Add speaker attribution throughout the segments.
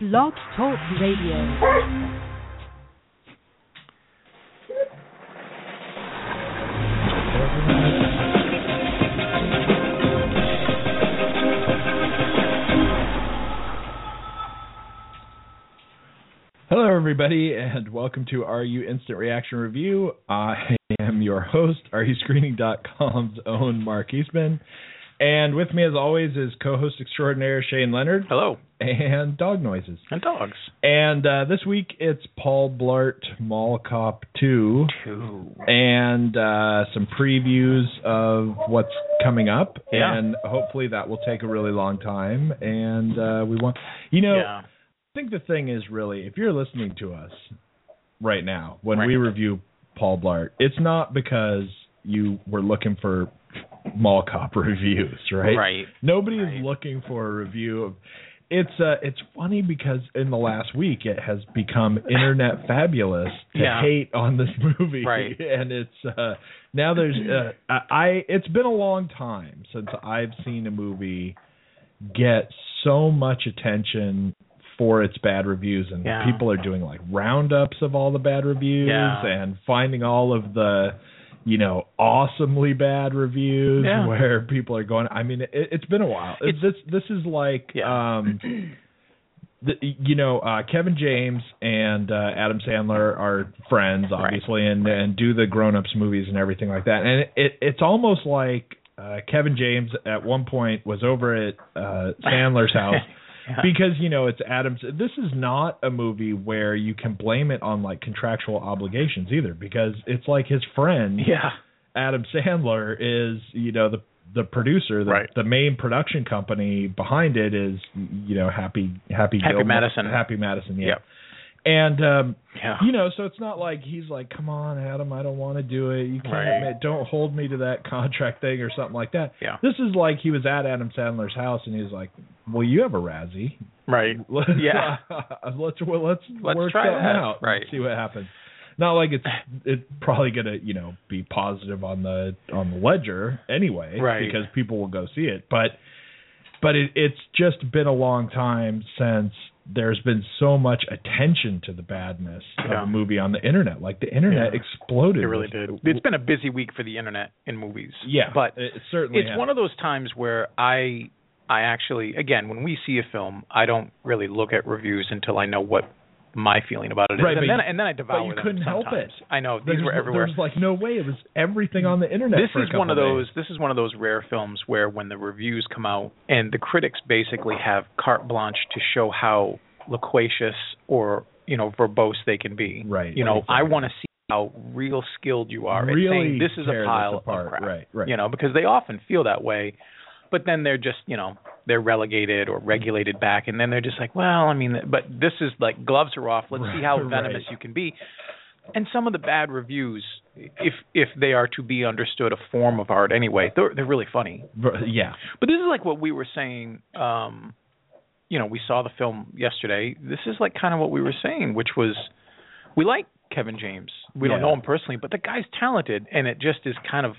Speaker 1: Blog Talk Radio.
Speaker 2: Hello, everybody, and welcome to RU Instant Reaction Review. I am your host, RUScreening.com's own Mark Eastman. And with me, as always, is co host extraordinaire Shane Leonard
Speaker 3: Hello.
Speaker 2: and Dog Noises.
Speaker 3: And dogs.
Speaker 2: And uh, this week, it's Paul Blart Mall Cop 2
Speaker 3: Two.
Speaker 2: and uh, some previews of what's coming up.
Speaker 3: Yeah.
Speaker 2: And hopefully, that will take a really long time. And uh, we want, you know.
Speaker 3: yeah.
Speaker 2: I think the thing is really, if you're listening to us right now when we
Speaker 3: Right.
Speaker 2: review Paul Blart, it's not because you were looking for mall cop reviews, right?
Speaker 3: Right.
Speaker 2: Nobody
Speaker 3: Right.
Speaker 2: is looking for a review of. It's uh, it's funny because in the last week it has become internet fabulous to
Speaker 3: Yeah.
Speaker 2: hate on this movie,
Speaker 3: Right.
Speaker 2: And it's uh, now there's uh, I I- it's been a long time since I've seen a movie get so much attention for its bad reviews and
Speaker 3: Yeah.
Speaker 2: people are doing like roundups of all the bad reviews
Speaker 3: Yeah.
Speaker 2: and finding all of the you know awesomely bad reviews
Speaker 3: Yeah.
Speaker 2: where people are going i mean it, it's been a while It-
Speaker 3: It's-
Speaker 2: this this is like
Speaker 3: Yeah.
Speaker 2: um the, you know uh kevin james and uh adam sandler are friends obviously and and do the grown-ups movies and everything like that and it, it it's almost like uh kevin james at one point was over at uh sandler's house because you know it's Adams. This is not a movie where you can blame it on like contractual obligations either, because it's like his friend
Speaker 3: Yeah.
Speaker 2: Adam Sandler is you know the the producer, the,
Speaker 3: Right.
Speaker 2: the main production company behind it is you know Happy Happy
Speaker 3: Happy
Speaker 2: Gilmore-
Speaker 3: Madison.
Speaker 2: Happy Madison, yeah.
Speaker 3: Yep.
Speaker 2: And um
Speaker 3: Yeah.
Speaker 2: you know, so it's not like he's like, "Come on, Adam, I don't want to do it. You can't.
Speaker 3: Right.
Speaker 2: admit- Don't hold me to that contract thing or something like that."
Speaker 3: Yeah.
Speaker 2: This is like he was at Adam Sandler's house and he was like, "Well, you have a Razzie.
Speaker 3: Right.
Speaker 2: Let's, uh,
Speaker 3: Yeah.
Speaker 2: let's well, let's,
Speaker 3: Let's
Speaker 2: work
Speaker 3: try
Speaker 2: something
Speaker 3: that.
Speaker 2: out. and
Speaker 3: Right.
Speaker 2: See what happens. Not like it's it's probably gonna you know be positive on the on the ledger anyway,
Speaker 3: Right.
Speaker 2: Because people will go see it, but but it, it's just been a long time since there's been so much attention to the badness of
Speaker 3: Yeah.
Speaker 2: a movie on the internet. Like the internet
Speaker 3: Yeah.
Speaker 2: exploded.
Speaker 3: It really did. It's been a busy week for the internet and movies.
Speaker 2: yeah,
Speaker 3: But
Speaker 2: it it certainly
Speaker 3: it's one of those times where I I actually again when we see a film I don't really look at reviews until I know what my feeling about it is
Speaker 2: Right, but
Speaker 3: and then
Speaker 2: you-
Speaker 3: and then I devour
Speaker 2: you
Speaker 3: them
Speaker 2: couldn't help
Speaker 3: sometimes.
Speaker 2: it.
Speaker 3: I know these
Speaker 2: there's,
Speaker 3: were everywhere.
Speaker 2: There's like no way it was everything on the internet.
Speaker 3: this
Speaker 2: for a
Speaker 3: is one
Speaker 2: couple
Speaker 3: of those
Speaker 2: days.
Speaker 3: this is one of those rare films where when the reviews come out and the critics basically have carte blanche to show how loquacious or you know verbose they can be
Speaker 2: Right,
Speaker 3: you know i
Speaker 2: exactly.
Speaker 3: want to see how real skilled you are at
Speaker 2: Really
Speaker 3: saying this is
Speaker 2: tear
Speaker 3: a
Speaker 2: this
Speaker 3: pile
Speaker 2: apart.
Speaker 3: of crap
Speaker 2: Right, right.
Speaker 3: you know because they often feel that way but then they're just you know they're relegated or regulated back and then they're just like well i mean but this is like gloves are off let's see how
Speaker 2: Right.
Speaker 3: venomous you can be and some of the bad reviews if if they are to be understood a form of art anyway they're they're really funny
Speaker 2: yeah,
Speaker 3: but this is like what we were saying um you know we saw the film yesterday this is like kind of what we were saying which was we like kevin james we don't
Speaker 2: Yeah.
Speaker 3: know him personally but the guy's talented and it just is kind of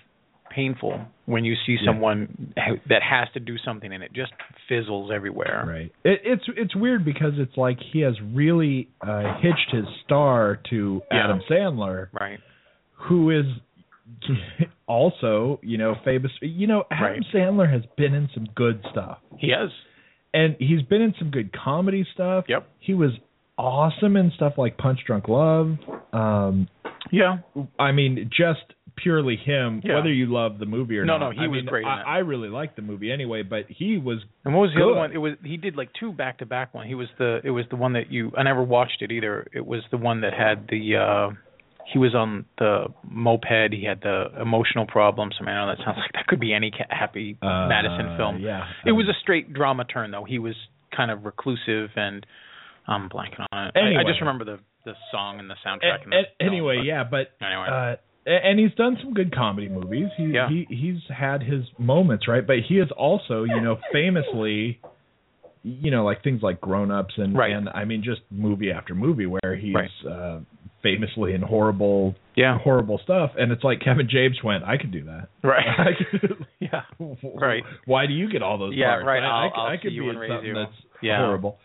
Speaker 3: painful when you see someone ha- that has to do something and it just fizzles everywhere
Speaker 2: Right. It, it's it's weird because it's like he has really uh, hitched his star to
Speaker 3: Yeah.
Speaker 2: Adam Sandler,
Speaker 3: right
Speaker 2: who is also you know famous. You know Adam
Speaker 3: Right.
Speaker 2: Sandler has been in some good stuff,
Speaker 3: he has
Speaker 2: and he's been in some good comedy stuff.
Speaker 3: Yep.
Speaker 2: He was awesome in stuff like Punch Drunk Love. Um,
Speaker 3: yeah
Speaker 2: I mean, just purely him.
Speaker 3: Yeah.
Speaker 2: Whether you love the movie or
Speaker 3: No,
Speaker 2: not.
Speaker 3: no, he
Speaker 2: I
Speaker 3: was
Speaker 2: mean,
Speaker 3: great in
Speaker 2: I,
Speaker 3: it.
Speaker 2: I really liked the movie anyway, but he was
Speaker 3: And what was the
Speaker 2: Good.
Speaker 3: other one? It was he did like two back to back one. He was the it was the one that you I never watched it either. It was the one that had the uh he was on the moped. He had the emotional problems. I mean, I know that sounds like that could be any ca- happy
Speaker 2: uh,
Speaker 3: Madison film.
Speaker 2: Yeah.
Speaker 3: It was a straight drama turn though. He was kind of reclusive and I'm blanking on it. I- I,
Speaker 2: Anyway.
Speaker 3: just remember the the song and the soundtrack. and
Speaker 2: A-
Speaker 3: the
Speaker 2: a- anyway,
Speaker 3: film,
Speaker 2: yeah, but
Speaker 3: but Anyway.
Speaker 2: uh, a- and he's done some good comedy movies. He,
Speaker 3: Yeah.
Speaker 2: he he's had his moments, right? But he is also, you know, famously, you know, like things like Grown Ups and
Speaker 3: Right.
Speaker 2: and I mean just movie after movie where he's
Speaker 3: Right.
Speaker 2: uh, famously in horrible
Speaker 3: yeah.
Speaker 2: horrible stuff, and it's like Kevin James went, I could do that.
Speaker 3: Right.
Speaker 2: I could,
Speaker 3: yeah.
Speaker 2: w-
Speaker 3: Right.
Speaker 2: Why do you get all those
Speaker 3: Yeah,
Speaker 2: parts?
Speaker 3: right.
Speaker 2: I, I
Speaker 3: I'll-
Speaker 2: c- I
Speaker 3: I'll
Speaker 2: could
Speaker 3: see you
Speaker 2: be
Speaker 3: and
Speaker 2: in
Speaker 3: raise
Speaker 2: something
Speaker 3: you.
Speaker 2: that's
Speaker 3: Yeah.
Speaker 2: horrible.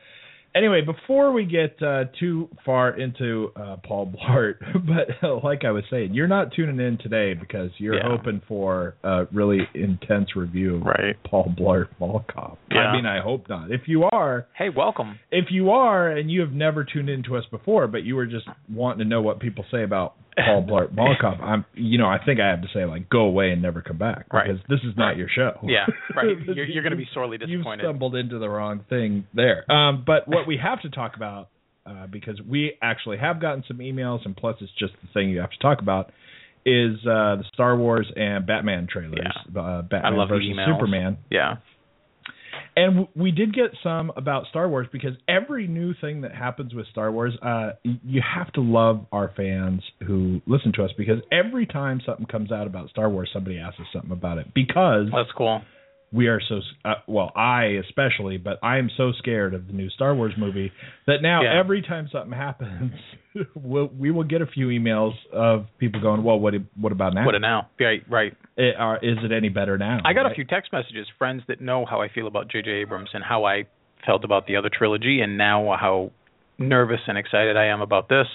Speaker 2: anyway, before we get uh, too far into uh, Paul Blart, but uh, like I was saying, you're not tuning in today because you're
Speaker 3: Yeah.
Speaker 2: hoping for a really intense review of
Speaker 3: Right.
Speaker 2: Paul Blart Mall Cop.
Speaker 3: Yeah.
Speaker 2: I mean, I hope not. If you are,
Speaker 3: Hey, welcome.
Speaker 2: if you are, and you have never tuned in to us before, but you were just wanting to know what people say about Paul Blart Mall Cop, I'm, you know, I think I have to say like, go away and never come back
Speaker 3: Right.
Speaker 2: because this is not your show.
Speaker 3: Yeah, right. You're, you're going to be sorely disappointed.
Speaker 2: You've stumbled into the wrong thing there. Um, but what we have to talk about, uh, because we actually have gotten some emails, and plus it's just the thing you have to talk about, is uh, the Star Wars and Batman trailers. Uh, Batman
Speaker 3: I love
Speaker 2: versus
Speaker 3: emails.
Speaker 2: Superman.
Speaker 3: Yeah,
Speaker 2: And w- we did get some about Star Wars because every new thing that happens with Star Wars, uh, y- you have to love our fans who listen to us because every time something comes out about Star Wars, somebody asks us something about it because
Speaker 3: that's cool.
Speaker 2: we are so uh, well i especially but i am so scared of the new star wars movie that now
Speaker 3: Yeah.
Speaker 2: every time something happens we'll, we will get a few emails of people going well what what about now
Speaker 3: What a now. Right, right.
Speaker 2: It- or is it any better now
Speaker 3: I got a
Speaker 2: Right?
Speaker 3: few text messages, friends that know how I feel about J.J. Abrams and how I felt about the other trilogy, and now how nervous and excited I am about this.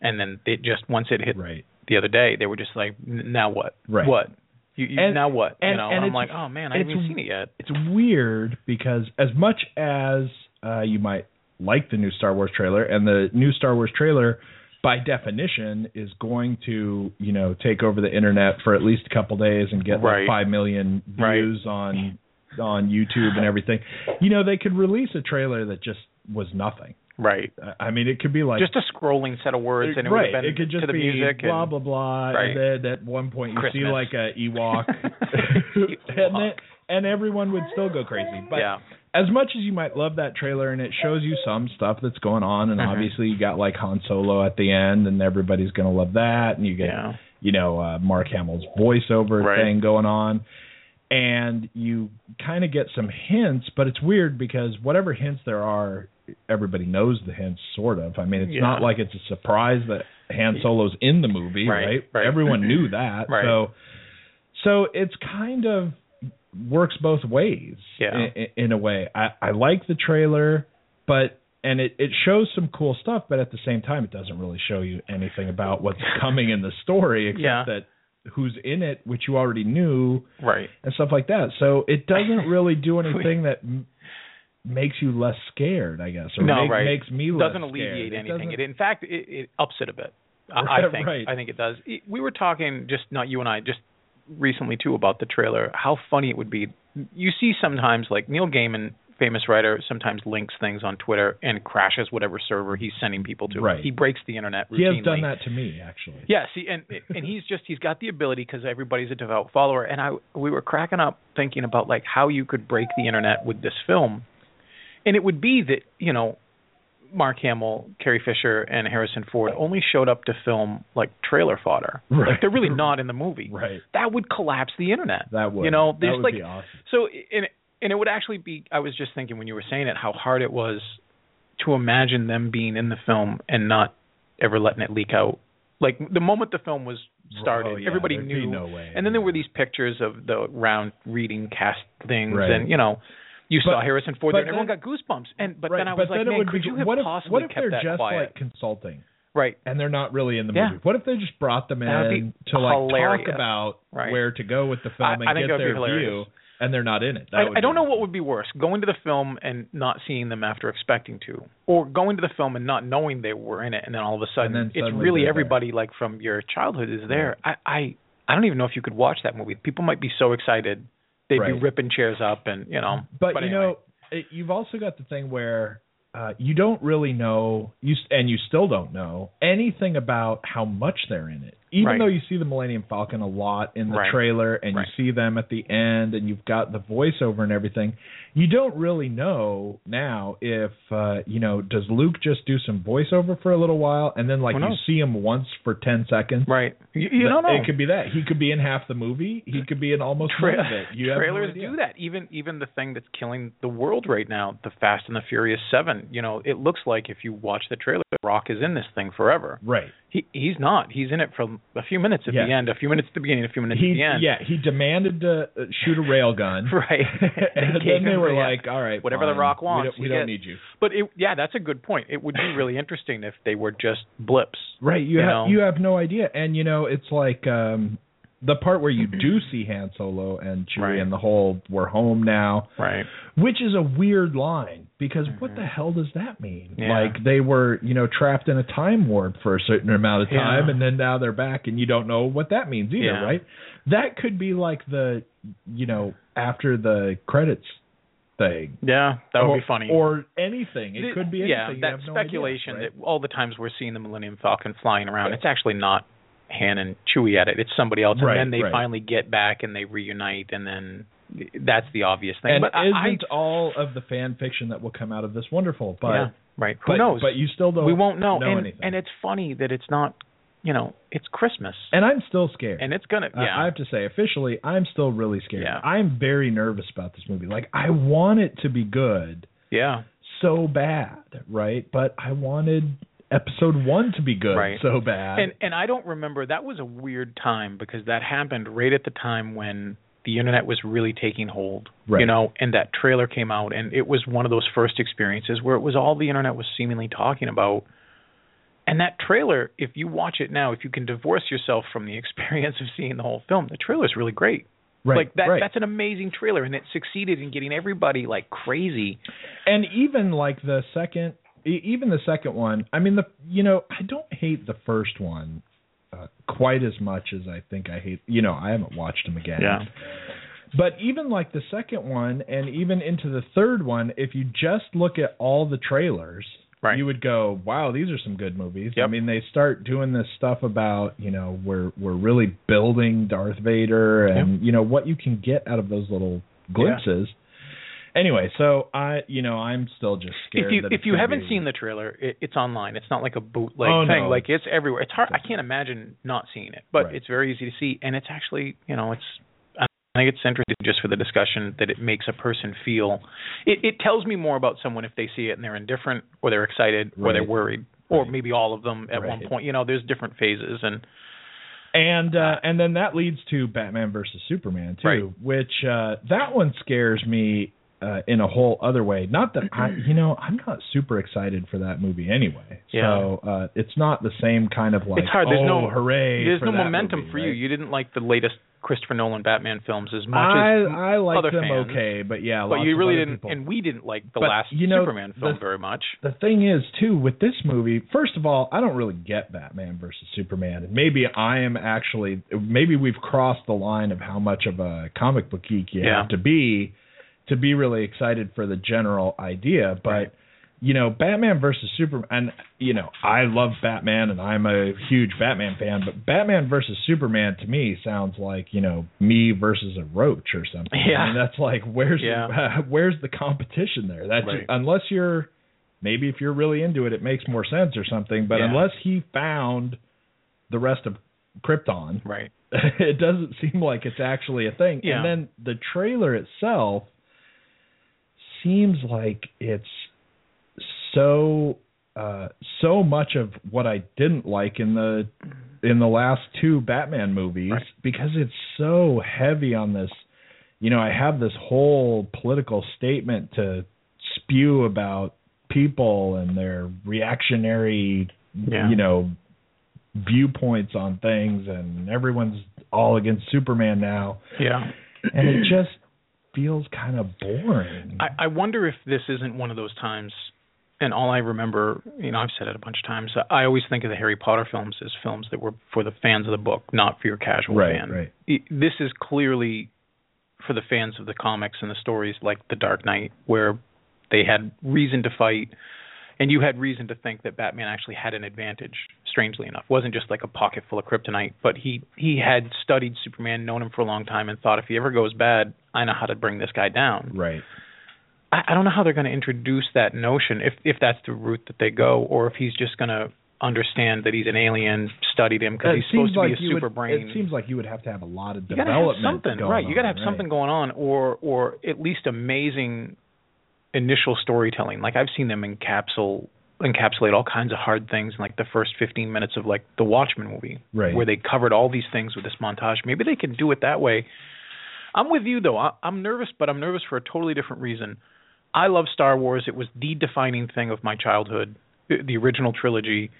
Speaker 3: And then it just once it hit
Speaker 2: right
Speaker 3: the other day, they were just like, "N- "Now what?
Speaker 2: Right.
Speaker 3: What? You, you
Speaker 2: And-
Speaker 3: now what? you
Speaker 2: and-
Speaker 3: know?"
Speaker 2: and
Speaker 3: I'm
Speaker 2: it's-
Speaker 3: like, "Oh man, I haven't
Speaker 2: it's-
Speaker 3: even seen it yet."
Speaker 2: it's weird because as much as uh, you might like the new Star Wars trailer, and the new Star Wars trailer, by definition, is going to you know take over the internet for at least a couple days and get
Speaker 3: Right.
Speaker 2: like five million
Speaker 3: Right.
Speaker 2: views on on YouTube and everything. You know they could release a trailer that just was nothing.
Speaker 3: Right.
Speaker 2: I- I mean, it could be like
Speaker 3: just a scrolling set of words, and it
Speaker 2: right.
Speaker 3: would have been
Speaker 2: it could just
Speaker 3: to the
Speaker 2: be
Speaker 3: music.
Speaker 2: blah
Speaker 3: and,
Speaker 2: blah blah.
Speaker 3: Right.
Speaker 2: And then at one point you see
Speaker 3: Christmas.
Speaker 2: like a Ewok, and then,
Speaker 3: Ewok.
Speaker 2: and everyone would still go crazy. But
Speaker 3: yeah.
Speaker 2: as much as you might love that trailer and it shows you some stuff that's going on and
Speaker 3: Mhm.
Speaker 2: obviously you got like Han Solo at the end and everybody's going to love that and you get
Speaker 3: Yeah.
Speaker 2: you know uh, Mark Hamill's voiceover
Speaker 3: Right.
Speaker 2: thing going on and you kind of get some hints but it's weird because whatever hints there are everybody knows the hints sort of I mean it's
Speaker 3: Yeah.
Speaker 2: not like it's a surprise that Han Solo's in the movie
Speaker 3: Right,
Speaker 2: right,
Speaker 3: right.
Speaker 2: everyone knew that
Speaker 3: Right.
Speaker 2: so so it's kind of works both ways
Speaker 3: Yeah.
Speaker 2: i- i- in, a way. I, I like the trailer, but and it, it shows some cool stuff, but at the same time, it doesn't really show you anything about what's coming in the story, except
Speaker 3: Yeah.
Speaker 2: that who's in it, which you already knew,
Speaker 3: Right.
Speaker 2: and stuff like that. So it doesn't really do anything that m- makes you less scared, I guess, or
Speaker 3: No,
Speaker 2: make-
Speaker 3: right.
Speaker 2: makes me
Speaker 3: It
Speaker 2: less
Speaker 3: doesn't
Speaker 2: scared.
Speaker 3: alleviate
Speaker 2: It
Speaker 3: anything. It,
Speaker 2: doesn't-
Speaker 3: in fact, it, it ups it a bit. I, I
Speaker 2: Right,
Speaker 3: think.
Speaker 2: right.
Speaker 3: I think it does. It- we were talking just not you and I just recently too about the trailer. How funny it would be. You see sometimes like Neil Gaiman, famous writer, sometimes links things on Twitter and crashes whatever server he's sending people to.
Speaker 2: Right.
Speaker 3: He breaks the internet routinely.
Speaker 2: he has done that to me, actually.
Speaker 3: Yeah, see, and and he's just he's got the ability because everybody's a devout follower, and I we were cracking up thinking about like how you could break the internet with this film, and it would be that you know, Mark Hamill, Carrie Fisher, and Harrison Ford only showed up to film like trailer fodder, like
Speaker 2: Right.
Speaker 3: they're really not in the movie.
Speaker 2: Right.
Speaker 3: That would collapse the internet.
Speaker 2: That would.
Speaker 3: you know,
Speaker 2: That
Speaker 3: there's
Speaker 2: would
Speaker 3: like
Speaker 2: be awesome.
Speaker 3: so and and it would actually be. I was just thinking when you were saying it, how hard it was to imagine them being in the film and not ever letting it leak out. Like the moment the film was started,
Speaker 2: Oh, yeah,
Speaker 3: everybody
Speaker 2: there'd
Speaker 3: knew.
Speaker 2: be no way.
Speaker 3: And then there were these pictures of the round reading cast things,
Speaker 2: Right.
Speaker 3: and you know, you saw
Speaker 2: But-
Speaker 3: Harrison Ford
Speaker 2: but
Speaker 3: there, and everyone
Speaker 2: then-
Speaker 3: got goosebumps. And but
Speaker 2: right,
Speaker 3: then I was
Speaker 2: but
Speaker 3: like,
Speaker 2: then it
Speaker 3: man,
Speaker 2: would
Speaker 3: could
Speaker 2: be,
Speaker 3: you have
Speaker 2: what if,
Speaker 3: possibly
Speaker 2: what if
Speaker 3: kept
Speaker 2: they're
Speaker 3: that
Speaker 2: just
Speaker 3: quiet?
Speaker 2: like consulting?
Speaker 3: right,
Speaker 2: and they're not really in the
Speaker 3: Yeah.
Speaker 2: movie. What if they just brought them
Speaker 3: That would be
Speaker 2: in to like
Speaker 3: hilarious.
Speaker 2: talk about
Speaker 3: Right.
Speaker 2: where to go with the film
Speaker 3: I- I
Speaker 2: and
Speaker 3: think
Speaker 2: get
Speaker 3: that would be
Speaker 2: their view,
Speaker 3: hilarious.
Speaker 2: and they're not in it? That would
Speaker 3: I, I don't
Speaker 2: be-
Speaker 3: know what would be worse: going to the film and not seeing them after expecting to, or going to the film and not knowing they were in it, and then all of a sudden,
Speaker 2: then
Speaker 3: it's
Speaker 2: suddenly
Speaker 3: really
Speaker 2: they're there.
Speaker 3: everybody like from your childhood is there. I, I I don't even know if you could watch that movie. People might be so excited they'd be
Speaker 2: Right.
Speaker 3: ripping chairs up, and you know.
Speaker 2: But, you
Speaker 3: anyway.
Speaker 2: know, it, you've also got the thing where uh, you don't really know, you s- and you still don't know anything about how much they're in it. Even
Speaker 3: Right.
Speaker 2: though you see the Millennium Falcon a lot in the
Speaker 3: Right.
Speaker 2: trailer, and
Speaker 3: Right.
Speaker 2: you see them at the end, and you've got the voiceover and everything, you don't really know now if uh, you know does Luke just do some voiceover for a little while, and then like
Speaker 3: Who
Speaker 2: you
Speaker 3: knows?
Speaker 2: see him once for ten seconds.
Speaker 3: right? You, you don't know.
Speaker 2: Mm-hmm. It could be that he could be in half the movie. He could be in almost
Speaker 3: Tra-
Speaker 2: none of it. You have no
Speaker 3: trailers
Speaker 2: idea.
Speaker 3: do that. Even even the thing that's killing the world right now, the Fast and the Furious Seven. You know, it looks like if you watch the trailer, Rock is in this thing forever.
Speaker 2: Right.
Speaker 3: He he's not. He's in it for a few minutes at
Speaker 2: Yeah.
Speaker 3: the end, a few minutes at the beginning, a few minutes
Speaker 2: he
Speaker 3: at the end.
Speaker 2: yeah he demanded to uh, shoot a rail gun
Speaker 3: Right.
Speaker 2: and
Speaker 3: gave
Speaker 2: then they
Speaker 3: him
Speaker 2: were
Speaker 3: the- uh,
Speaker 2: like all right
Speaker 3: whatever the
Speaker 2: fine.
Speaker 3: Rock
Speaker 2: We
Speaker 3: wants,
Speaker 2: don't- we
Speaker 3: you
Speaker 2: don't,
Speaker 3: get."
Speaker 2: need you
Speaker 3: But it, yeah, that's a good point. It would be really interesting if they were just blips.
Speaker 2: right you,
Speaker 3: You
Speaker 2: have
Speaker 3: know?
Speaker 2: you have no idea and you know it's like um the part where you do see Han Solo and Chewie
Speaker 3: Right.
Speaker 2: and the whole "we're home now,"
Speaker 3: Right.
Speaker 2: which is a weird line because what the hell does that mean?
Speaker 3: Mm-hmm. Yeah.
Speaker 2: Like they were, you know, trapped in a time warp for a certain amount of
Speaker 3: Yeah.
Speaker 2: time, and then now they're back, and you don't know what that means either,
Speaker 3: Yeah.
Speaker 2: right? That could be like the, you know, after the credits thing.
Speaker 3: Yeah, that would
Speaker 2: or,
Speaker 3: be funny.
Speaker 2: Or anything. It
Speaker 3: Th-
Speaker 2: could be anything.
Speaker 3: Yeah,
Speaker 2: You
Speaker 3: that
Speaker 2: have no idea,
Speaker 3: speculation
Speaker 2: right?
Speaker 3: that all the times we're seeing the Millennium Falcon flying around, it's actually not Han and Chewie at it. It's somebody else, and
Speaker 2: Right,
Speaker 3: then they
Speaker 2: right.
Speaker 3: finally get back and they reunite, and then that's the obvious thing.
Speaker 2: and
Speaker 3: but I- I,
Speaker 2: isn't all of the fan fiction that will come out of this wonderful, but
Speaker 3: yeah, right? Who
Speaker 2: but,
Speaker 3: knows?
Speaker 2: but you still don't
Speaker 3: we won't know.
Speaker 2: know
Speaker 3: and,
Speaker 2: anything.
Speaker 3: and it's funny that it's not. You know, it's Christmas,
Speaker 2: And I'm still scared.
Speaker 3: and it's gonna.
Speaker 2: I-
Speaker 3: Yeah,
Speaker 2: I have to say, officially, I'm still really scared.
Speaker 3: Yeah.
Speaker 2: I'm very nervous about this movie. Like, I want it to be good
Speaker 3: yeah.
Speaker 2: so bad, right? But I wanted episode one to be good
Speaker 3: Right.
Speaker 2: so bad.
Speaker 3: And and I don't remember. That was a weird time because that happened right at the time when the internet was really taking hold.
Speaker 2: Right.
Speaker 3: You know, and that trailer came out, and it was one of those first experiences where it was all the internet was seemingly talking about. And that trailer, if you watch it now, if you can divorce yourself from the experience of seeing the whole film, the trailer's really great.
Speaker 2: right,
Speaker 3: like that
Speaker 2: right.
Speaker 3: that's an amazing trailer and it succeeded in getting everybody like crazy.
Speaker 2: and even like the second, e- even the second one. I mean, the you know, I don't hate the first one uh, quite as much as I think I hate. You know, I haven't watched them again. But even like the second one and even into the third one, if you just look at all the trailers,
Speaker 3: Right.
Speaker 2: you would go, "Wow, these are some good movies." I
Speaker 3: Yep.
Speaker 2: mean, they start doing this stuff about, you know, we're we're really building Darth Vader and, you know, what you can get out of those little glimpses. Anyway, so I, you know, I'm still just scared
Speaker 3: if you
Speaker 2: that
Speaker 3: if
Speaker 2: it's
Speaker 3: you
Speaker 2: gonna
Speaker 3: haven't
Speaker 2: be-
Speaker 3: seen the trailer, it, it's online. It's not like a bootleg
Speaker 2: Oh,
Speaker 3: thing.
Speaker 2: no.
Speaker 3: Like it's everywhere. It's hard. I can't imagine not seeing it, but
Speaker 2: Right.
Speaker 3: it's very easy to see, and it's actually you know it's. I think it's interesting just for the discussion that it makes a person feel. It, it tells me more about someone if they see it and they're indifferent, or they're excited, or they're
Speaker 2: Right.
Speaker 3: worried, or
Speaker 2: Right.
Speaker 3: maybe all of them at one
Speaker 2: Right.
Speaker 3: point. You know, there's different phases, and
Speaker 2: And uh, and then that leads to Batman versus Superman too,
Speaker 3: Right.
Speaker 2: which uh, that one scares me uh, in a whole other way. Not that I, you know, I'm not super excited for that movie anyway. So uh, it's not the same kind of like
Speaker 3: it's hard. There's
Speaker 2: oh
Speaker 3: no
Speaker 2: hooray.
Speaker 3: There's
Speaker 2: for
Speaker 3: no
Speaker 2: that
Speaker 3: momentum
Speaker 2: movie,
Speaker 3: for
Speaker 2: right?
Speaker 3: you. You didn't like the latest Christopher Nolan Batman films as much as
Speaker 2: I I like
Speaker 3: other
Speaker 2: them
Speaker 3: fans,
Speaker 2: okay, but yeah,
Speaker 3: but
Speaker 2: lots
Speaker 3: you
Speaker 2: of
Speaker 3: really
Speaker 2: other
Speaker 3: didn't,
Speaker 2: people-
Speaker 3: and we didn't like the
Speaker 2: But,
Speaker 3: last
Speaker 2: you know,
Speaker 3: Superman film
Speaker 2: the-
Speaker 3: very much.
Speaker 2: the thing is too with this movie first of all i don't really get batman versus superman and maybe i am actually maybe we've crossed the line of how much of a comic book geek you
Speaker 3: Yeah.
Speaker 2: have to be to be really excited for the general idea but
Speaker 3: Right.
Speaker 2: you know batman versus superman and you know i love batman and i'm a huge batman fan but batman versus superman to me sounds like you know me versus a roach or something I
Speaker 3: Yeah.
Speaker 2: mean, that's like where's
Speaker 3: Yeah.
Speaker 2: where's the competition there that's
Speaker 3: Right.
Speaker 2: unless you're maybe if you're really into it, it makes more sense or something. But
Speaker 3: Yeah.
Speaker 2: unless he found the rest of Krypton,
Speaker 3: Right.
Speaker 2: it doesn't seem like it's actually a thing. And
Speaker 3: Yeah.
Speaker 2: then the trailer itself seems like it's so uh so much of what I didn't like in the in the last two Batman movies
Speaker 3: Right.
Speaker 2: because it's so heavy on this you know, I have this whole political statement to spew about people and their reactionary
Speaker 3: Yeah.
Speaker 2: you know viewpoints on things and everyone's all against Superman now
Speaker 3: Yeah.
Speaker 2: and it just feels kind of boring.
Speaker 3: I, I wonder if this isn't one of those times. And all I remember, you know, I've said it a bunch of times. I always think of the Harry Potter films as films that were for the fans of the book, not for your casual
Speaker 2: Right,
Speaker 3: fan.
Speaker 2: right.
Speaker 3: I- This is clearly for the fans of the comics and the stories, like The Dark Knight, where they had reason to fight, and you had reason to think that Batman actually had an advantage. Strangely enough, wasn't just like a pocket full of kryptonite, but he he had studied Superman, known him for a long time, and thought if he ever goes bad, I know how to bring this guy down.
Speaker 2: right.
Speaker 3: I, I don't know how they're going to introduce that notion if if that's the route that they go, or if he's just going to understand that he's an alien, studied him because
Speaker 2: It
Speaker 3: he's
Speaker 2: seems
Speaker 3: supposed to be
Speaker 2: like
Speaker 3: a
Speaker 2: you
Speaker 3: super
Speaker 2: would-
Speaker 3: brain.
Speaker 2: It seems like you would have to have a lot of
Speaker 3: you got to
Speaker 2: development
Speaker 3: have something,
Speaker 2: going
Speaker 3: right? You got to
Speaker 2: on,
Speaker 3: have something going on, or or at least amazing initial storytelling. Like I've seen them encapsule encapsulate all kinds of hard things in like the first 15 minutes of like the Watchmen movie,
Speaker 2: Right.
Speaker 3: where they covered all these things with this montage. Maybe they could do it that way. I'm with you though. I, I'm nervous, but I'm nervous for a totally different reason. I love Star Wars. It was the defining thing of my childhood, the the original trilogy,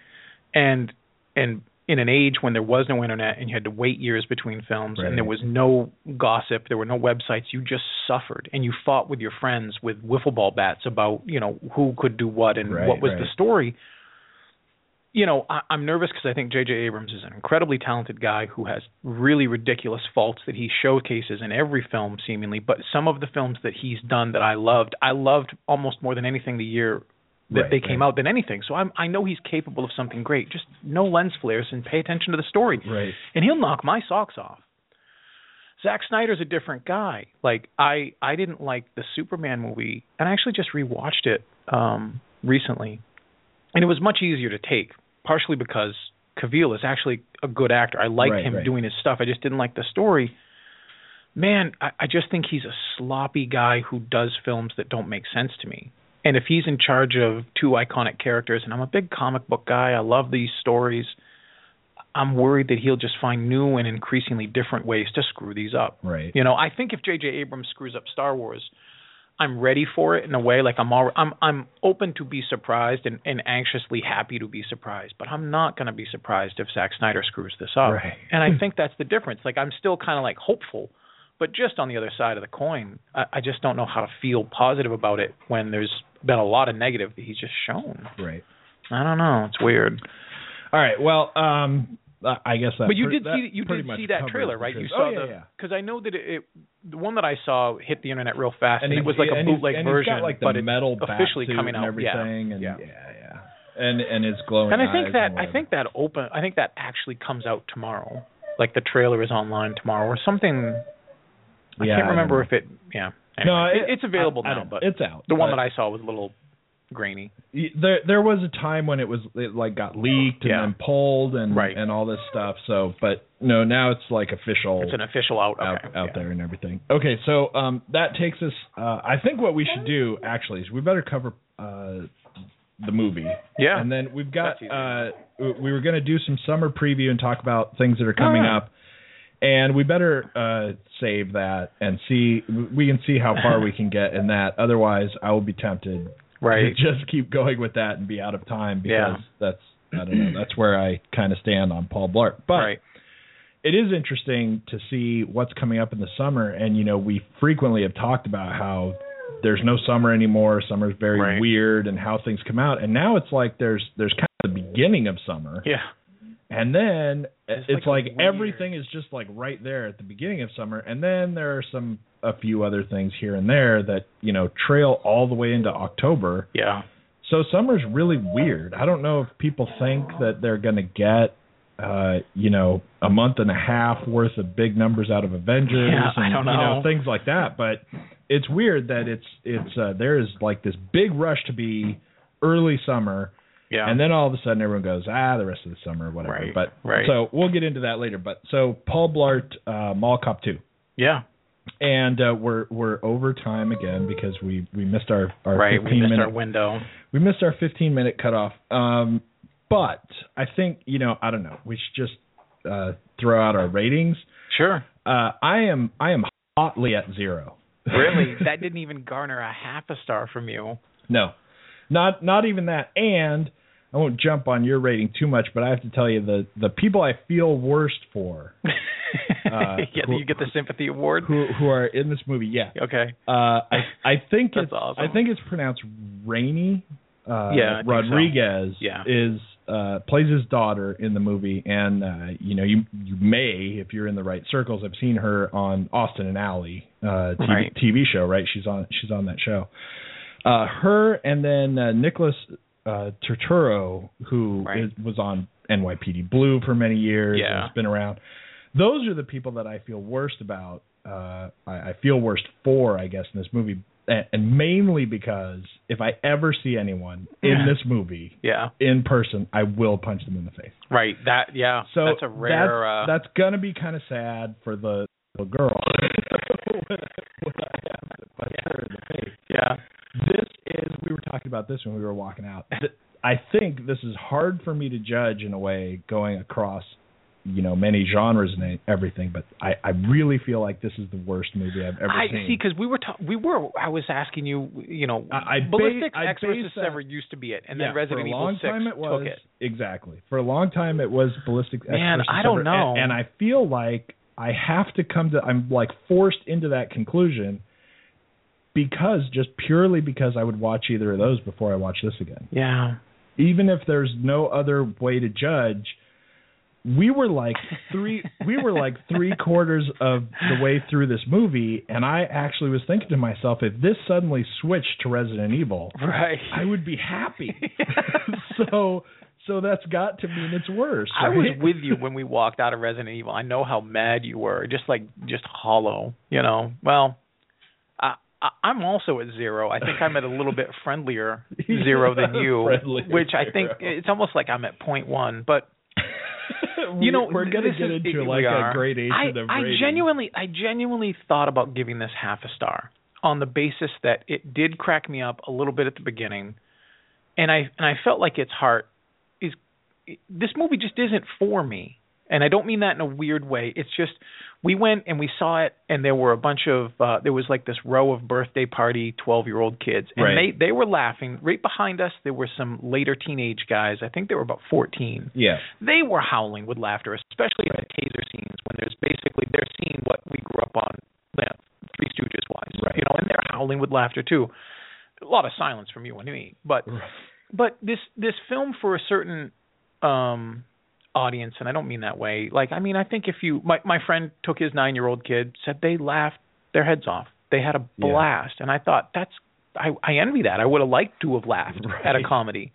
Speaker 3: and and in an age when there was no internet and you had to wait years between films and there
Speaker 2: Right.
Speaker 3: was no gossip, there were no websites, you just suffered and you fought with your friends with wiffle ball bats about, you know, who could do what and
Speaker 2: Right,
Speaker 3: what was the
Speaker 2: right.
Speaker 3: story. You know, I, I'm nervous because I think J.J. Abrams is an incredibly talented guy who has really ridiculous faults that he showcases in every film, seemingly. But some of the films that he's done that I loved, I loved almost more than anything the year that
Speaker 2: Right,
Speaker 3: they came
Speaker 2: right.
Speaker 3: out than anything. So I'm, I know he's capable of something great. Just no lens flares and pay attention to the story,
Speaker 2: Right.
Speaker 3: and he'll knock my socks off. Zack Snyder's a different guy. Like I, I didn't like the Superman movie, and I actually just rewatched it um, recently, and it was much easier to take, partially because Cavill is actually a good actor. I liked
Speaker 2: Right,
Speaker 3: him
Speaker 2: right.
Speaker 3: doing his stuff. I just didn't like the story. Man, I, I just think he's a sloppy guy who does films that don't make sense to me. And if he's in charge of two iconic characters, and I'm a big comic book guy, I love these stories. I'm worried that he'll just find new and increasingly different ways to screw these up.
Speaker 2: Right.
Speaker 3: You know, I think if J.J. Abrams screws up Star Wars, I'm ready for it in a way. Like I'm all, I'm I'm open to be surprised and, and anxiously happy to be surprised, but I'm not going to be surprised if Zack Snyder screws this up.
Speaker 2: Right.
Speaker 3: And I think that's the difference. Like I'm still kind of like hopeful, but just on the other side of the coin, I, I just don't know how to feel positive about it when there's been a lot of negative that he's just shown.
Speaker 2: Right.
Speaker 3: I don't know. It's weird.
Speaker 2: All right. Well, um, I- I guess that.
Speaker 3: But you
Speaker 2: pre-
Speaker 3: did
Speaker 2: that
Speaker 3: see you
Speaker 2: pretty
Speaker 3: did
Speaker 2: much
Speaker 3: see that
Speaker 2: covers
Speaker 3: trailer,
Speaker 2: the
Speaker 3: right?
Speaker 2: trailer.
Speaker 3: You saw
Speaker 2: oh, yeah,
Speaker 3: the
Speaker 2: yeah.
Speaker 3: because I know that it, it the one that I saw hit the internet real fast, and,
Speaker 2: he-
Speaker 3: it was like a
Speaker 2: and he's-
Speaker 3: bootleg
Speaker 2: and
Speaker 3: version,
Speaker 2: He's got like the
Speaker 3: but it's
Speaker 2: metal
Speaker 3: officially
Speaker 2: batsuit
Speaker 3: coming
Speaker 2: and
Speaker 3: out.
Speaker 2: everything,
Speaker 3: yeah.
Speaker 2: and
Speaker 3: yeah.
Speaker 2: yeah, yeah. and and his glowing.
Speaker 3: And I
Speaker 2: eyes
Speaker 3: think that
Speaker 2: and
Speaker 3: I think that open I think that actually comes out tomorrow. Like the trailer is online tomorrow or something. I
Speaker 2: Yeah, I
Speaker 3: can't
Speaker 2: don't
Speaker 3: remember
Speaker 2: know.
Speaker 3: if it. Yeah.
Speaker 2: No,
Speaker 3: Anyway,
Speaker 2: it-
Speaker 3: it- it's available
Speaker 2: I- I
Speaker 3: now,
Speaker 2: don't-
Speaker 3: but
Speaker 2: it's out.
Speaker 3: the one
Speaker 2: but
Speaker 3: that I saw was a little grainy.
Speaker 2: y- there there was a time when it was it like got leaked and
Speaker 3: Yeah.
Speaker 2: then pulled and
Speaker 3: Right.
Speaker 2: and all this stuff. So, but no, now it's like official.
Speaker 3: It's an official out. Okay.
Speaker 2: out, out
Speaker 3: yeah.
Speaker 2: there and everything. Okay, so um, that takes us. Uh, I think what we should do actually is we better cover uh, the movie.
Speaker 3: Yeah.
Speaker 2: And then we've got.
Speaker 3: That's easy.
Speaker 2: Uh, w- we were going to do some summer preview and talk about things that are coming
Speaker 3: Alright.
Speaker 2: up. And we better uh, save that and see. We can see how far we can get in that. Otherwise, I will be tempted to
Speaker 3: Right.
Speaker 2: just keep going with that and be out of time
Speaker 3: Yeah.
Speaker 2: because that's I don't know. That's where I kind of stand on Paul Blart. But
Speaker 3: Right.
Speaker 2: it is interesting to see what's coming up in the summer and you know we frequently have talked about how there's no summer anymore summer's very
Speaker 3: Right.
Speaker 2: weird and how things come out and now it's like there's there's kind of the beginning of summer
Speaker 3: Yeah.
Speaker 2: and then
Speaker 3: It's
Speaker 2: it's like,
Speaker 3: like a weird-
Speaker 2: everything is just like right there at the beginning of summer and then there are some a few other things here and there that you know trail all the way into october
Speaker 3: Yeah.
Speaker 2: so summer's really weird. I don't know if people think that they're going to get, uh, you know, a month and a half worth of big numbers out of Avengers
Speaker 3: Yeah, I
Speaker 2: and
Speaker 3: don't
Speaker 2: you
Speaker 3: know.
Speaker 2: know things like that. But it's weird that it's it's uh, there is like this big rush to be early summer,
Speaker 3: Yeah.
Speaker 2: and then all of a sudden everyone goes ah the rest of the summer whatever.
Speaker 3: Right,
Speaker 2: but
Speaker 3: right.
Speaker 2: so we'll get into that later. But so Paul Blart, uh, Mall Cop two.
Speaker 3: yeah.
Speaker 2: And uh, we're we're over time again because we, we missed our our
Speaker 3: Right. We
Speaker 2: 15
Speaker 3: missed
Speaker 2: minute
Speaker 3: our window.
Speaker 2: we missed our 15 minute cutoff. Um, but I think, you know, I don't know. We should just uh, throw out our ratings.
Speaker 3: Sure.
Speaker 2: Uh, I am I am hotly at zero.
Speaker 3: Really? that didn't even garner a half a star from you.
Speaker 2: no, not not even that. And I won't jump on your rating too much, but I have to tell you the the people I feel worst for
Speaker 3: yeah, do
Speaker 2: Uh, who-
Speaker 3: you get the sympathy award.
Speaker 2: who who are in this movie. Yeah,
Speaker 3: okay.
Speaker 2: uh, I I think
Speaker 3: That's
Speaker 2: it's
Speaker 3: awesome.
Speaker 2: I think it's pronounced Rainy. Uh,
Speaker 3: Yeah, I think so.
Speaker 2: Rodriguez
Speaker 3: Yeah.
Speaker 2: is uh, plays his daughter in the movie, and uh, you know you you may if you're in the right circles. I've seen her on Austin and Alley uh, TV,
Speaker 3: Right.
Speaker 2: TV show, right? She's on she's on that show. Uh, her and then uh, Nicholas uh, Turturro, who is
Speaker 3: Right.
Speaker 2: was on NYPD Blue for many years,
Speaker 3: Yeah.
Speaker 2: has been around. Those are the people that I feel worst about. Uh, I, I feel worst for, I guess, in this movie, and, and mainly because if I ever see anyone
Speaker 3: Yeah.
Speaker 2: in this movie
Speaker 3: Yeah.
Speaker 2: in person, I will punch them in the face.
Speaker 3: Right. That. Yeah.
Speaker 2: So
Speaker 3: that's a rare. uh,
Speaker 2: that's gonna be kind of sad for the little girl. When I have to punch her in the face.
Speaker 3: yeah.
Speaker 2: This is we were talking about this when we were walking out. I think this is hard for me to judge in a way, going across you know many genres and e-, everything, but I, I really feel like this is the worst movie I've ever
Speaker 3: I
Speaker 2: seen.
Speaker 3: see because we were ta- we were I was asking you you know
Speaker 2: I- I ba-
Speaker 3: ballistics
Speaker 2: I
Speaker 3: Exorcist
Speaker 2: base that-
Speaker 3: Sever used to be it and
Speaker 2: Yeah,
Speaker 3: then Resident
Speaker 2: for a
Speaker 3: Evil
Speaker 2: long
Speaker 3: Six
Speaker 2: time it was
Speaker 3: took it.
Speaker 2: exactly for a long time it was ballistic.
Speaker 3: Man,
Speaker 2: Exorcist
Speaker 3: I don't
Speaker 2: Sever,
Speaker 3: know.
Speaker 2: and, and I feel like I have to come to I'm like forced into that conclusion because just purely because I would watch either of those before I watch this again.
Speaker 3: Yeah.
Speaker 2: even if there's no other way to judge, we were like three we were like three quarters of the way through this movie and I actually was thinking to myself, if this suddenly switched to Resident Evil,
Speaker 3: Right.
Speaker 2: I would be happy. so so that's got to mean it's worse.
Speaker 3: I was
Speaker 2: right?
Speaker 3: with you when we walked out of Resident Evil. I know how mad you were, just like just hollow, you know. Well, I, I I'm also at zero. I think I'm at a little bit friendlier zero than you,
Speaker 2: Friendlier
Speaker 3: which I think
Speaker 2: zero.
Speaker 3: it's almost like I'm at point one. But
Speaker 2: We-
Speaker 3: you know,
Speaker 2: we're gonna
Speaker 3: this
Speaker 2: get
Speaker 3: is-
Speaker 2: into
Speaker 3: we
Speaker 2: like
Speaker 3: are.
Speaker 2: a gradation
Speaker 3: I,
Speaker 2: of
Speaker 3: I
Speaker 2: rating.
Speaker 3: genuinely, I genuinely thought about giving this half a star on the basis that it did crack me up a little bit at the beginning, and I and I felt like its heart is this movie just isn't for me, and I don't mean that in a weird way. It's just we went and we saw it, and there were a bunch of uh, there was like this row of birthday party twelve year old kids, and
Speaker 2: Right.
Speaker 3: they they were laughing right behind us. There were some later teenage guys. I think they were about fourteen
Speaker 2: Yeah.
Speaker 3: they were howling with laughter, especially in the taser scenes when there's basically they're seeing what we grew up on, you know, Three Stooges wise,
Speaker 2: Right.
Speaker 3: you know, and they're howling with laughter too. A lot of silence from you and me, but but this this film for a certain um audience, and I don't mean that way. Like I mean, I think if you my my friend took his nine year old kid, said they laughed their heads off, they had a
Speaker 2: Yeah.
Speaker 3: blast, and I thought that's I I envy that. I would have liked to have laughed at a
Speaker 2: Right.
Speaker 3: comedy,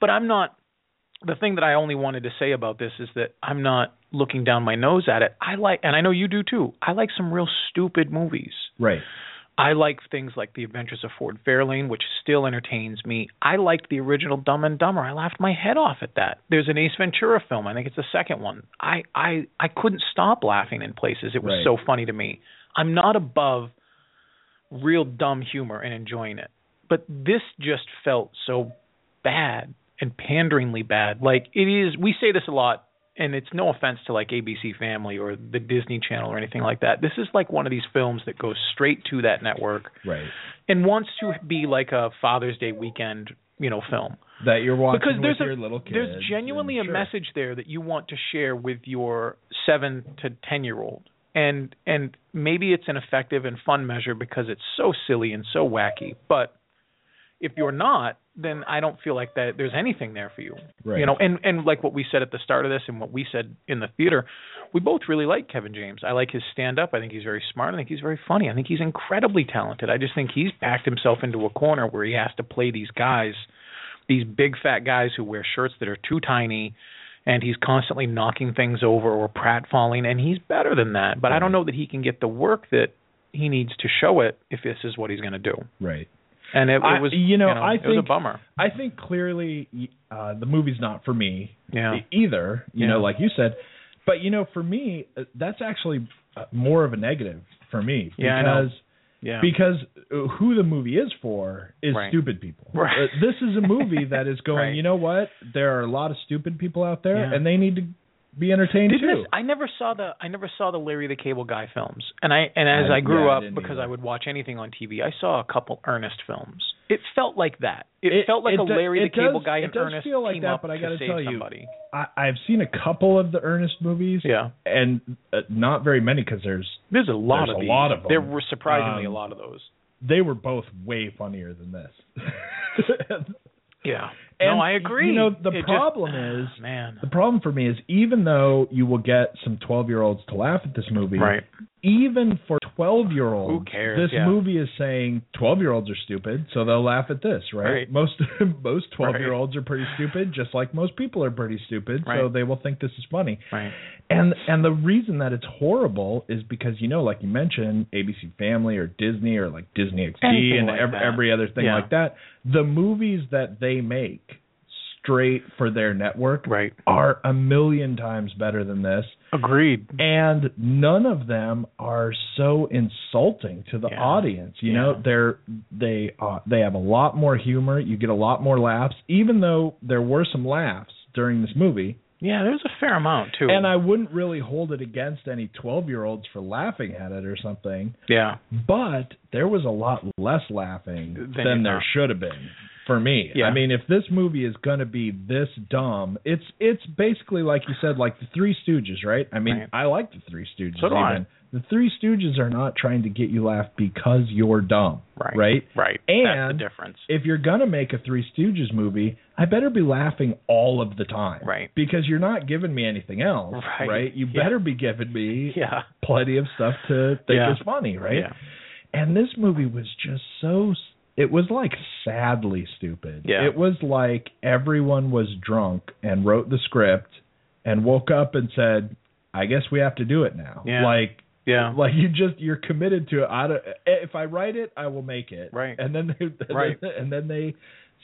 Speaker 3: but I'm not the thing that I only wanted to say about this is that I'm not looking down my nose at it. I like, and I know you do too. I like some real stupid movies.
Speaker 2: Right.
Speaker 3: I like things like The Adventures of Ford Fairlane, which still entertains me. I liked the original Dumb and Dumber. I laughed my head off at that. There's an Ace Ventura film. I think it's the second one. I I I couldn't stop laughing in places. It was
Speaker 2: Right.
Speaker 3: so funny to me. I'm not above real dumb humor and enjoying it. But this just felt so bad and panderingly bad. Like it is we say this a lot and it's no offense to like ABC Family or the Disney Channel or anything like that. This is like one of these films that goes straight to that network
Speaker 2: Right.
Speaker 3: and wants to be like a Father's Day weekend, you know, film.
Speaker 2: That you're watching
Speaker 3: Because there's
Speaker 2: with
Speaker 3: a
Speaker 2: your little kids.
Speaker 3: there's genuinely a
Speaker 2: and- sure.
Speaker 3: message there that you want to share with your 7 to 10 year old. And and maybe it's an effective and fun measure because it's so silly and so wacky, but if you're not, then I don't feel like that there's anything there for you.
Speaker 2: Right.
Speaker 3: You know, and and like what we said at the start of this and what we said in the theater, we both really like Kevin James. I like his stand up. I think he's very smart. I think he's very funny. I think he's incredibly talented. I just think he's backed himself into a corner where he has to play these guys, these big fat guys who wear shirts that are too tiny and he's constantly knocking things over or pratfalling and he's better than that. But I
Speaker 2: Mm-hmm.
Speaker 3: don't know that he can get the work that he needs to show it if this is what he's going to do.
Speaker 2: Right.
Speaker 3: And it,
Speaker 2: I-
Speaker 3: it was
Speaker 2: you know, I
Speaker 3: it was
Speaker 2: think-
Speaker 3: a bummer.
Speaker 2: I think clearly y- uh, the movie's not for me
Speaker 3: Yeah.
Speaker 2: e- either. You
Speaker 3: Yeah.
Speaker 2: know, like you said, but you know, for me, uh, that's actually uh, more of a negative for me because
Speaker 3: Yeah, I know. Yeah.
Speaker 2: because uh, who the movie is for is
Speaker 3: Right.
Speaker 2: stupid people.
Speaker 3: Right.
Speaker 2: Uh, this is a movie that is going.
Speaker 3: Right.
Speaker 2: You know what? There are a lot of stupid people out there,
Speaker 3: Yeah.
Speaker 2: and they need to be entertained
Speaker 3: Didn't
Speaker 2: too.
Speaker 3: this, I never saw the I never saw the Larry the Cable Guy films. And I and as
Speaker 2: I-
Speaker 3: I, grew
Speaker 2: yeah, I
Speaker 3: up
Speaker 2: didn't
Speaker 3: because
Speaker 2: either.
Speaker 3: I would watch anything on TV, I saw a couple Ernest films. It felt like that. It,
Speaker 2: It-
Speaker 3: felt like
Speaker 2: it
Speaker 3: a
Speaker 2: do-
Speaker 3: Larry
Speaker 2: it
Speaker 3: the Cable
Speaker 2: does-
Speaker 3: Guy
Speaker 2: it
Speaker 3: and
Speaker 2: does
Speaker 3: Ernest
Speaker 2: feel like
Speaker 3: team
Speaker 2: that,
Speaker 3: up
Speaker 2: but I
Speaker 3: to
Speaker 2: gotta
Speaker 3: save
Speaker 2: tell you-
Speaker 3: somebody.
Speaker 2: I, I've seen a couple of the Ernest movies,
Speaker 3: Yeah.
Speaker 2: and uh, not very many because there's
Speaker 3: There's a lot
Speaker 2: There's
Speaker 3: of
Speaker 2: a
Speaker 3: these.
Speaker 2: lot of
Speaker 3: There
Speaker 2: them.
Speaker 3: were surprisingly
Speaker 2: Um,
Speaker 3: a lot of those.
Speaker 2: they were both way funnier than this.
Speaker 3: Yeah.
Speaker 2: and,
Speaker 3: no, I agree.
Speaker 2: you know, the
Speaker 3: It just- ah,
Speaker 2: problem is-
Speaker 3: man.
Speaker 2: The problem for me is even though you will get some 12 year olds to laugh at this movie,
Speaker 3: Right.
Speaker 2: even for 12 year olds,
Speaker 3: Who cares?
Speaker 2: this
Speaker 3: Yeah.
Speaker 2: movie is saying 12 year olds are stupid, so they'll laugh at this, right?
Speaker 3: Right.
Speaker 2: Most most 12 year olds are pretty stupid, just like most people are pretty stupid, so
Speaker 3: Right.
Speaker 2: they will think this is funny.
Speaker 3: Right.
Speaker 2: And and the reason that it's horrible is because you know, like you mentioned, ABC Family or Disney or like Disney XD
Speaker 3: Anything
Speaker 2: and
Speaker 3: like
Speaker 2: every,
Speaker 3: that.
Speaker 2: every other thing
Speaker 3: Yeah.
Speaker 2: like that. The movies that they make straight for their network
Speaker 3: Right.
Speaker 2: are a million times better than this
Speaker 3: Agreed.
Speaker 2: and none of them are so insulting to the
Speaker 3: Yeah.
Speaker 2: audience you
Speaker 3: Yeah.
Speaker 2: know they're they uh, they have a lot more humor you get a lot more laughs even though there were some laughs during this movie
Speaker 3: Yeah, there's a fair amount too.
Speaker 2: and i wouldn't really hold it against any 12 year olds for laughing at it or something
Speaker 3: yeah.
Speaker 2: but there was a lot less laughing
Speaker 3: Than
Speaker 2: than,
Speaker 3: you
Speaker 2: there
Speaker 3: thought.
Speaker 2: should have been for me.
Speaker 3: Yeah.
Speaker 2: I mean, if this movie is going to be this dumb, it's it's basically like you said, like the Three Stooges, right? I mean,
Speaker 3: Right.
Speaker 2: I like the Three Stooges.
Speaker 3: So do I.
Speaker 2: even. The Three Stooges are not trying to get you laugh because you're dumb,
Speaker 3: Right.
Speaker 2: right?
Speaker 3: Right.
Speaker 2: And-
Speaker 3: That's the difference.
Speaker 2: If you're gonna make a Three Stooges movie, I better be laughing all of the time,
Speaker 3: Right.
Speaker 2: Because you're not giving me anything else,
Speaker 3: Right.
Speaker 2: You
Speaker 3: Yeah.
Speaker 2: better be giving me
Speaker 3: Yeah.
Speaker 2: plenty of stuff to think
Speaker 3: Yeah.
Speaker 2: is funny, right?
Speaker 3: Yeah.
Speaker 2: and this movie was just so it was like sadly stupid
Speaker 3: Yeah.
Speaker 2: it was like everyone was drunk and wrote the script and woke up and said i guess we have to do it now
Speaker 3: Yeah.
Speaker 2: like
Speaker 3: Yeah.
Speaker 2: like you just you're committed to it I don't, eh, if i write it i will make it
Speaker 3: Right.
Speaker 2: and then they
Speaker 3: Right.
Speaker 2: and then they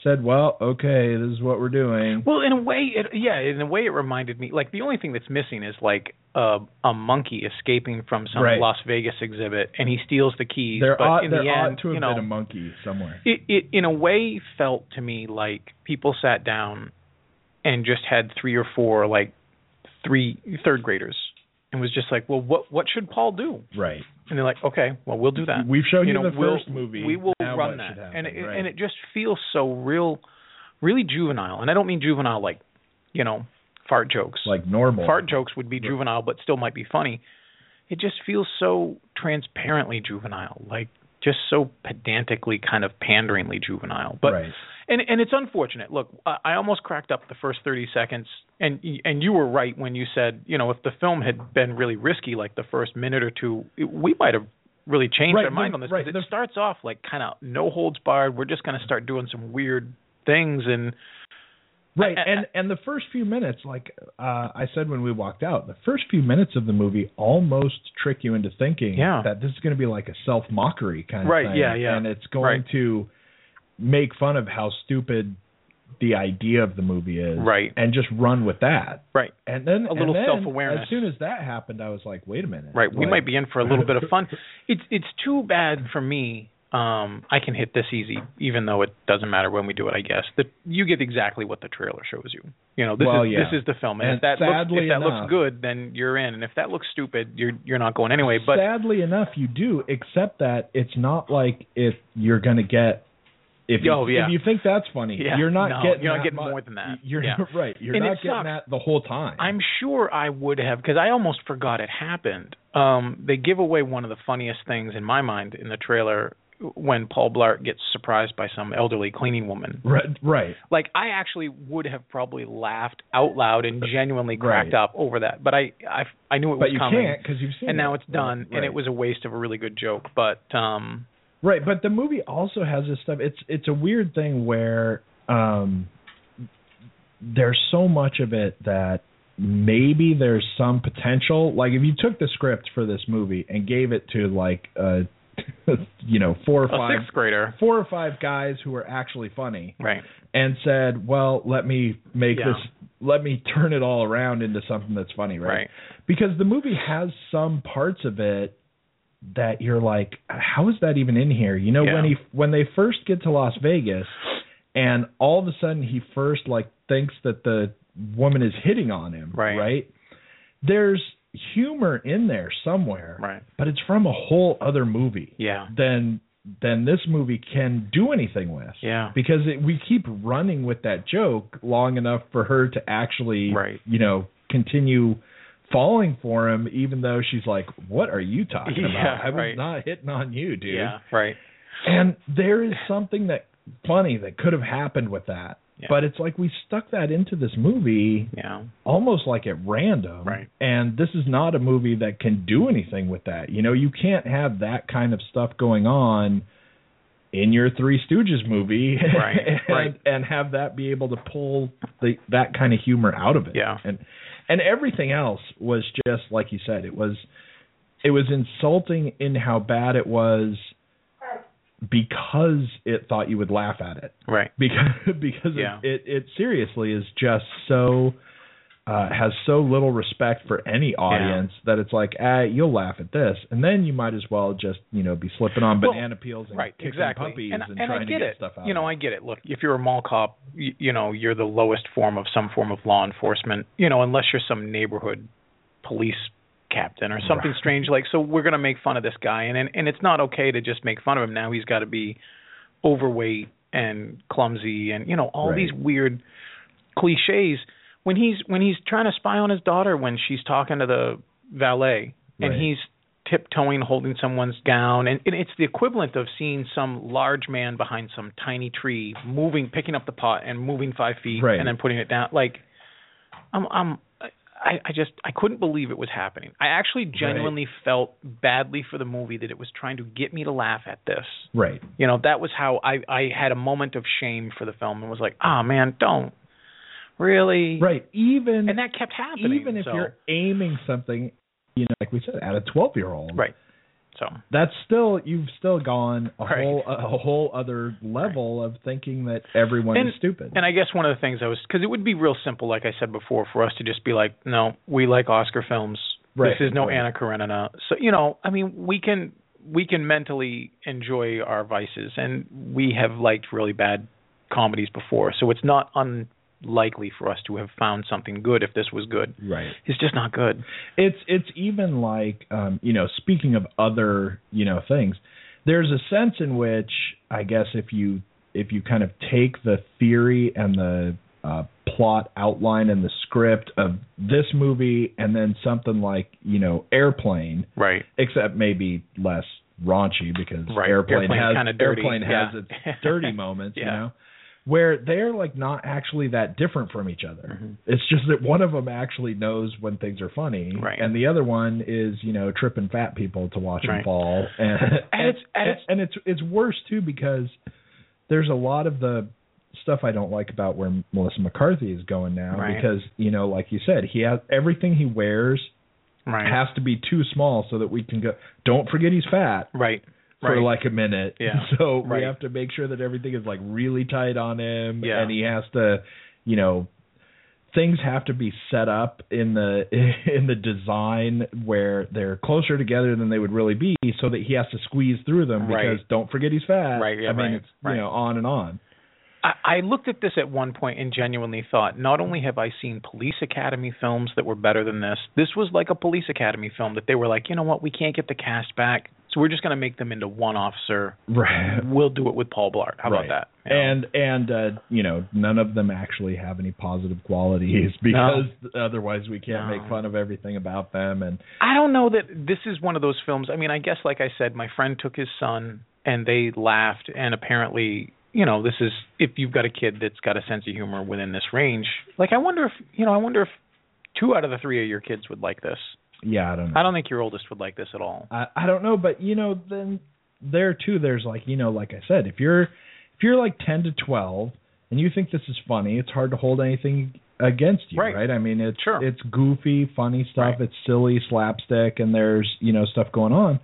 Speaker 2: said well okay this is what we're doing
Speaker 3: Well, in a way, it, yeah, in a way, it reminded me. Like the only thing that's missing is like a a monkey escaping from some
Speaker 2: Right.
Speaker 3: Las Vegas exhibit, and he steals the keys.
Speaker 2: there
Speaker 3: but
Speaker 2: ought
Speaker 3: in
Speaker 2: there
Speaker 3: the
Speaker 2: ought
Speaker 3: end,
Speaker 2: to have
Speaker 3: you know,
Speaker 2: been a monkey somewhere
Speaker 3: it, it in a way felt to me like people sat down and just had three or four like three third graders and was just like, well, what what should Paul do?
Speaker 2: right
Speaker 3: And they're like, okay, well, we'll do that.
Speaker 2: we've shown
Speaker 3: you
Speaker 2: you,
Speaker 3: know,
Speaker 2: the
Speaker 3: we'll,
Speaker 2: first movie
Speaker 3: We will
Speaker 2: now
Speaker 3: run
Speaker 2: what
Speaker 3: that,
Speaker 2: should happen,
Speaker 3: and it,
Speaker 2: right.
Speaker 3: and it just feels so real, really juvenile. And I don't mean juvenile like, you know, fart jokes.
Speaker 2: like normal
Speaker 3: fart jokes would be juvenile, but still might be funny. It just feels so transparently juvenile, like just so pedantically kind of panderingly juvenile. But
Speaker 2: right
Speaker 3: and and it's unfortunate. Look, I, I almost cracked up the first 30 seconds, and y- and you were right when you said, you know, if the film had been really risky, like the first minute or two, it, we might have really changed
Speaker 2: Right,
Speaker 3: our mind
Speaker 2: the-
Speaker 3: on this.
Speaker 2: right,
Speaker 3: 'cause it
Speaker 2: the-
Speaker 3: starts off like kind of no holds barred. We're just going to start doing some weird things, and
Speaker 2: Right,
Speaker 3: I- I-
Speaker 2: and and the first few minutes, like uh, I said when we walked out, the first few minutes of the movie almost trick you into thinking
Speaker 3: Yeah.
Speaker 2: that this is going to be like a self mockery kind
Speaker 3: Right,
Speaker 2: of thing,
Speaker 3: yeah, yeah.
Speaker 2: and it's going
Speaker 3: Right.
Speaker 2: to make fun of how stupid the idea of the movie is,
Speaker 3: Right.
Speaker 2: and just run with that,
Speaker 3: Right.
Speaker 2: and then
Speaker 3: A
Speaker 2: and
Speaker 3: little
Speaker 2: then
Speaker 3: self-awareness.
Speaker 2: As soon as that happened, I was like, wait a minute,
Speaker 3: right, we
Speaker 2: Like,
Speaker 3: might be in for a little bit of fun. It's it's too bad for me. Um, I can hit this easy, even though it doesn't matter when we do it. I guess that you get exactly what the trailer shows you. You know, this
Speaker 2: Well,
Speaker 3: is
Speaker 2: yeah.
Speaker 3: this is the film, and,
Speaker 2: And
Speaker 3: if that looks
Speaker 2: sadly
Speaker 3: if that
Speaker 2: enough-
Speaker 3: looks good, then you're in, and if that looks stupid, you're you're not going anyway. But
Speaker 2: sadly enough, you do. Except that it's not like if you're going to get if you,
Speaker 3: Oh, yeah.
Speaker 2: if you think that's funny,
Speaker 3: Yeah.
Speaker 2: you're not
Speaker 3: No,
Speaker 2: getting
Speaker 3: you're not
Speaker 2: that
Speaker 3: getting
Speaker 2: mu-
Speaker 3: more than that.
Speaker 2: You're
Speaker 3: Yeah.
Speaker 2: right. You're
Speaker 3: And it
Speaker 2: not getting
Speaker 3: sucks.
Speaker 2: that the whole time.
Speaker 3: I'm sure I would have because I almost forgot it happened. Um, they give away one of the funniest things in my mind in the trailer when Paul Blart gets surprised by some elderly cleaning woman.
Speaker 2: right. Right.
Speaker 3: like I actually would have probably laughed out loud and genuinely cracked
Speaker 2: Right.
Speaker 3: up over that, but I I, I knew it
Speaker 2: But
Speaker 3: was
Speaker 2: you
Speaker 3: coming,
Speaker 2: can't because you've seen.
Speaker 3: and now
Speaker 2: it.
Speaker 3: it's done,
Speaker 2: Right.
Speaker 3: and it was a waste of a really good joke. But um,
Speaker 2: Right, but the movie also has this stuff. It's it's a weird thing where um there's so much of it that maybe there's some potential. Like if you took the script for this movie and gave it to like uh you know, four or
Speaker 3: a
Speaker 2: five
Speaker 3: sixth grader,
Speaker 2: four or five guys who were actually funny
Speaker 3: right?
Speaker 2: and said, "Well, let me make
Speaker 3: Yeah.
Speaker 2: this let me turn it all around into something that's funny, right?"
Speaker 3: Right.
Speaker 2: Because the movie has some parts of it that you're like, "How is that even in here?" You know, when
Speaker 3: Yeah.
Speaker 2: he when they first get to Las Vegas and all of a sudden he first like thinks that the woman is hitting on him,
Speaker 3: Right.
Speaker 2: right? There's humor in there somewhere,
Speaker 3: Right.
Speaker 2: but it's from a whole other movie
Speaker 3: Yeah,
Speaker 2: than than this movie can do anything with.
Speaker 3: Yeah.
Speaker 2: Because it, we keep running with that joke long enough for her to actually,
Speaker 3: Right.
Speaker 2: you know, continue falling for him, even though she's like, "What are you talking
Speaker 3: Yeah,
Speaker 2: about? I was
Speaker 3: right.
Speaker 2: not hitting on you, dude."
Speaker 3: yeah, right.
Speaker 2: And there is something that funny that could have happened with that.
Speaker 3: Yeah.
Speaker 2: But it's like we stuck that into this movie
Speaker 3: Yeah,
Speaker 2: almost like at random.
Speaker 3: Right.
Speaker 2: And this is not a movie that can do anything with that. You know, you can't have that kind of stuff going on in your Three Stooges movie,
Speaker 3: Right,
Speaker 2: and,
Speaker 3: right.
Speaker 2: and have that be able to pull the that kind of humor out of it.
Speaker 3: Yeah.
Speaker 2: And and everything else was just like you said. It was it was insulting in how bad it was because it thought you would laugh at it
Speaker 3: Right.
Speaker 2: because because
Speaker 3: Yeah.
Speaker 2: it, it it seriously is just so uh, has so little respect for any audience that it's like ah you'll laugh at this and then you might as well just you know be slipping on
Speaker 3: Well,
Speaker 2: banana peels and
Speaker 3: right.
Speaker 2: kicking
Speaker 3: exactly.
Speaker 2: puppies
Speaker 3: and,
Speaker 2: and, trying
Speaker 3: I
Speaker 2: to
Speaker 3: get
Speaker 2: get
Speaker 3: it.
Speaker 2: stuff out
Speaker 3: you know,
Speaker 2: of
Speaker 3: I get it. Look, if you're a mall cop, you, you know, you're the lowest form of some form of law enforcement. You know, unless you're some neighborhood police captain or something
Speaker 2: Right.
Speaker 3: strange like. So we're gonna make fun of this guy, and and, and it's not okay to just make fun of him. Now he's got to be overweight and clumsy, and you know, all
Speaker 2: Right.
Speaker 3: these weird cliches. When he's when he's trying to spy on his daughter when she's talking to the valet, and
Speaker 2: Right.
Speaker 3: he's tiptoeing, holding someone's gown, and, and it's the equivalent of seeing some large man behind some tiny tree moving, picking up the pot and moving five feet,
Speaker 2: Right.
Speaker 3: and then putting it down. Like, I'm, I'm, I, I just, I couldn't believe it was happening. I actually genuinely felt badly for the movie that it was trying to get me to laugh at this.
Speaker 2: right
Speaker 3: You know, that was how I, I had a moment of shame for the film and was like, ah, man, don't really.
Speaker 2: right even
Speaker 3: And that kept happening.
Speaker 2: even if
Speaker 3: so-
Speaker 2: you're aiming something you know like we said at a 12 year old
Speaker 3: right, so
Speaker 2: that's still you've still gone a
Speaker 3: Right.
Speaker 2: whole a whole other level of thinking that everyone
Speaker 3: And-
Speaker 2: is stupid
Speaker 3: And I guess one of the things I was because it would be real simple, like I said before, for us to just be like, no, we like Oscar films.
Speaker 2: Right,
Speaker 3: This is no
Speaker 2: right.
Speaker 3: Anna Karenina. So you know, I mean, we can we can mentally enjoy our vices, and we have liked really bad comedies before, so it's not unlikely for us to have found something good if this was good.
Speaker 2: right
Speaker 3: It's just not good.
Speaker 2: it's it's even like um you know speaking of other you know things there's a sense in which i guess if you if you kind of take the theory and the uh, plot outline and the script of this movie and then something like you know airplane
Speaker 3: Right.
Speaker 2: except maybe less raunchy because
Speaker 3: Right.
Speaker 2: airplane,
Speaker 3: Airplane's
Speaker 2: has
Speaker 3: kinda dirty,
Speaker 2: airplane has
Speaker 3: yeah.
Speaker 2: its dirty moments, you
Speaker 3: Yeah.
Speaker 2: know, where they're like not actually that different from each other.
Speaker 3: Mm-hmm.
Speaker 2: It's just that one of them actually knows when things are funny,
Speaker 3: Right.
Speaker 2: and the other one is you know tripping fat people to watch them
Speaker 3: Right.
Speaker 2: fall, and
Speaker 3: And it's- and it's-
Speaker 2: and it's it's worse too because there's a lot of the stuff I don't like about where Melissa McCarthy is going now
Speaker 3: Right.
Speaker 2: because you know like you said he has everything he wears
Speaker 3: Right.
Speaker 2: has to be too small so that we can go. Don't forget he's fat
Speaker 3: right.
Speaker 2: for
Speaker 3: Right.
Speaker 2: like a minute.
Speaker 3: Yeah.
Speaker 2: So
Speaker 3: Right.
Speaker 2: we have to make sure that everything is like really tight on him,
Speaker 3: Yeah.
Speaker 2: and he has to, you know, things have to be set up in the in the design where they're closer together than they would really be, so that he has to squeeze through them
Speaker 3: Right.
Speaker 2: because don't forget he's fat.
Speaker 3: Right, yeah,
Speaker 2: I mean,
Speaker 3: right,
Speaker 2: it's
Speaker 3: right.
Speaker 2: you know on and on.
Speaker 3: I, I looked at this at one point and genuinely thought, not only have I seen police academy films that were better than this, this was like a police academy film that they were like, you know what, we can't get the cast back, so we're just going to make them into one officer.
Speaker 2: Right.
Speaker 3: We'll do it with Paul Blart. How
Speaker 2: Right.
Speaker 3: about that? You know?
Speaker 2: And and uh, you know none of them actually have any positive qualities because otherwise we can't
Speaker 3: No.
Speaker 2: make fun of everything about them and
Speaker 3: I don't know that this is one of those films. I mean, I guess like I said, my friend took his son and they laughed and apparently, you know, this is if you've got a kid that's got a sense of humor within this range, like I wonder if, you know, I wonder if two out of the three of your kids would like this.
Speaker 2: yeah I don't know
Speaker 3: I don't think your oldest would like this at all.
Speaker 2: I, I don't know, but you know, then there too, there's like you know, like I said, if you're if you're like ten to twelve and you think this is funny, it's hard to hold anything against you,
Speaker 3: Right.
Speaker 2: right? I mean, it's
Speaker 3: Sure.
Speaker 2: it's goofy, funny stuff.
Speaker 3: Right.
Speaker 2: It's silly, slapstick, and there's you know stuff going on.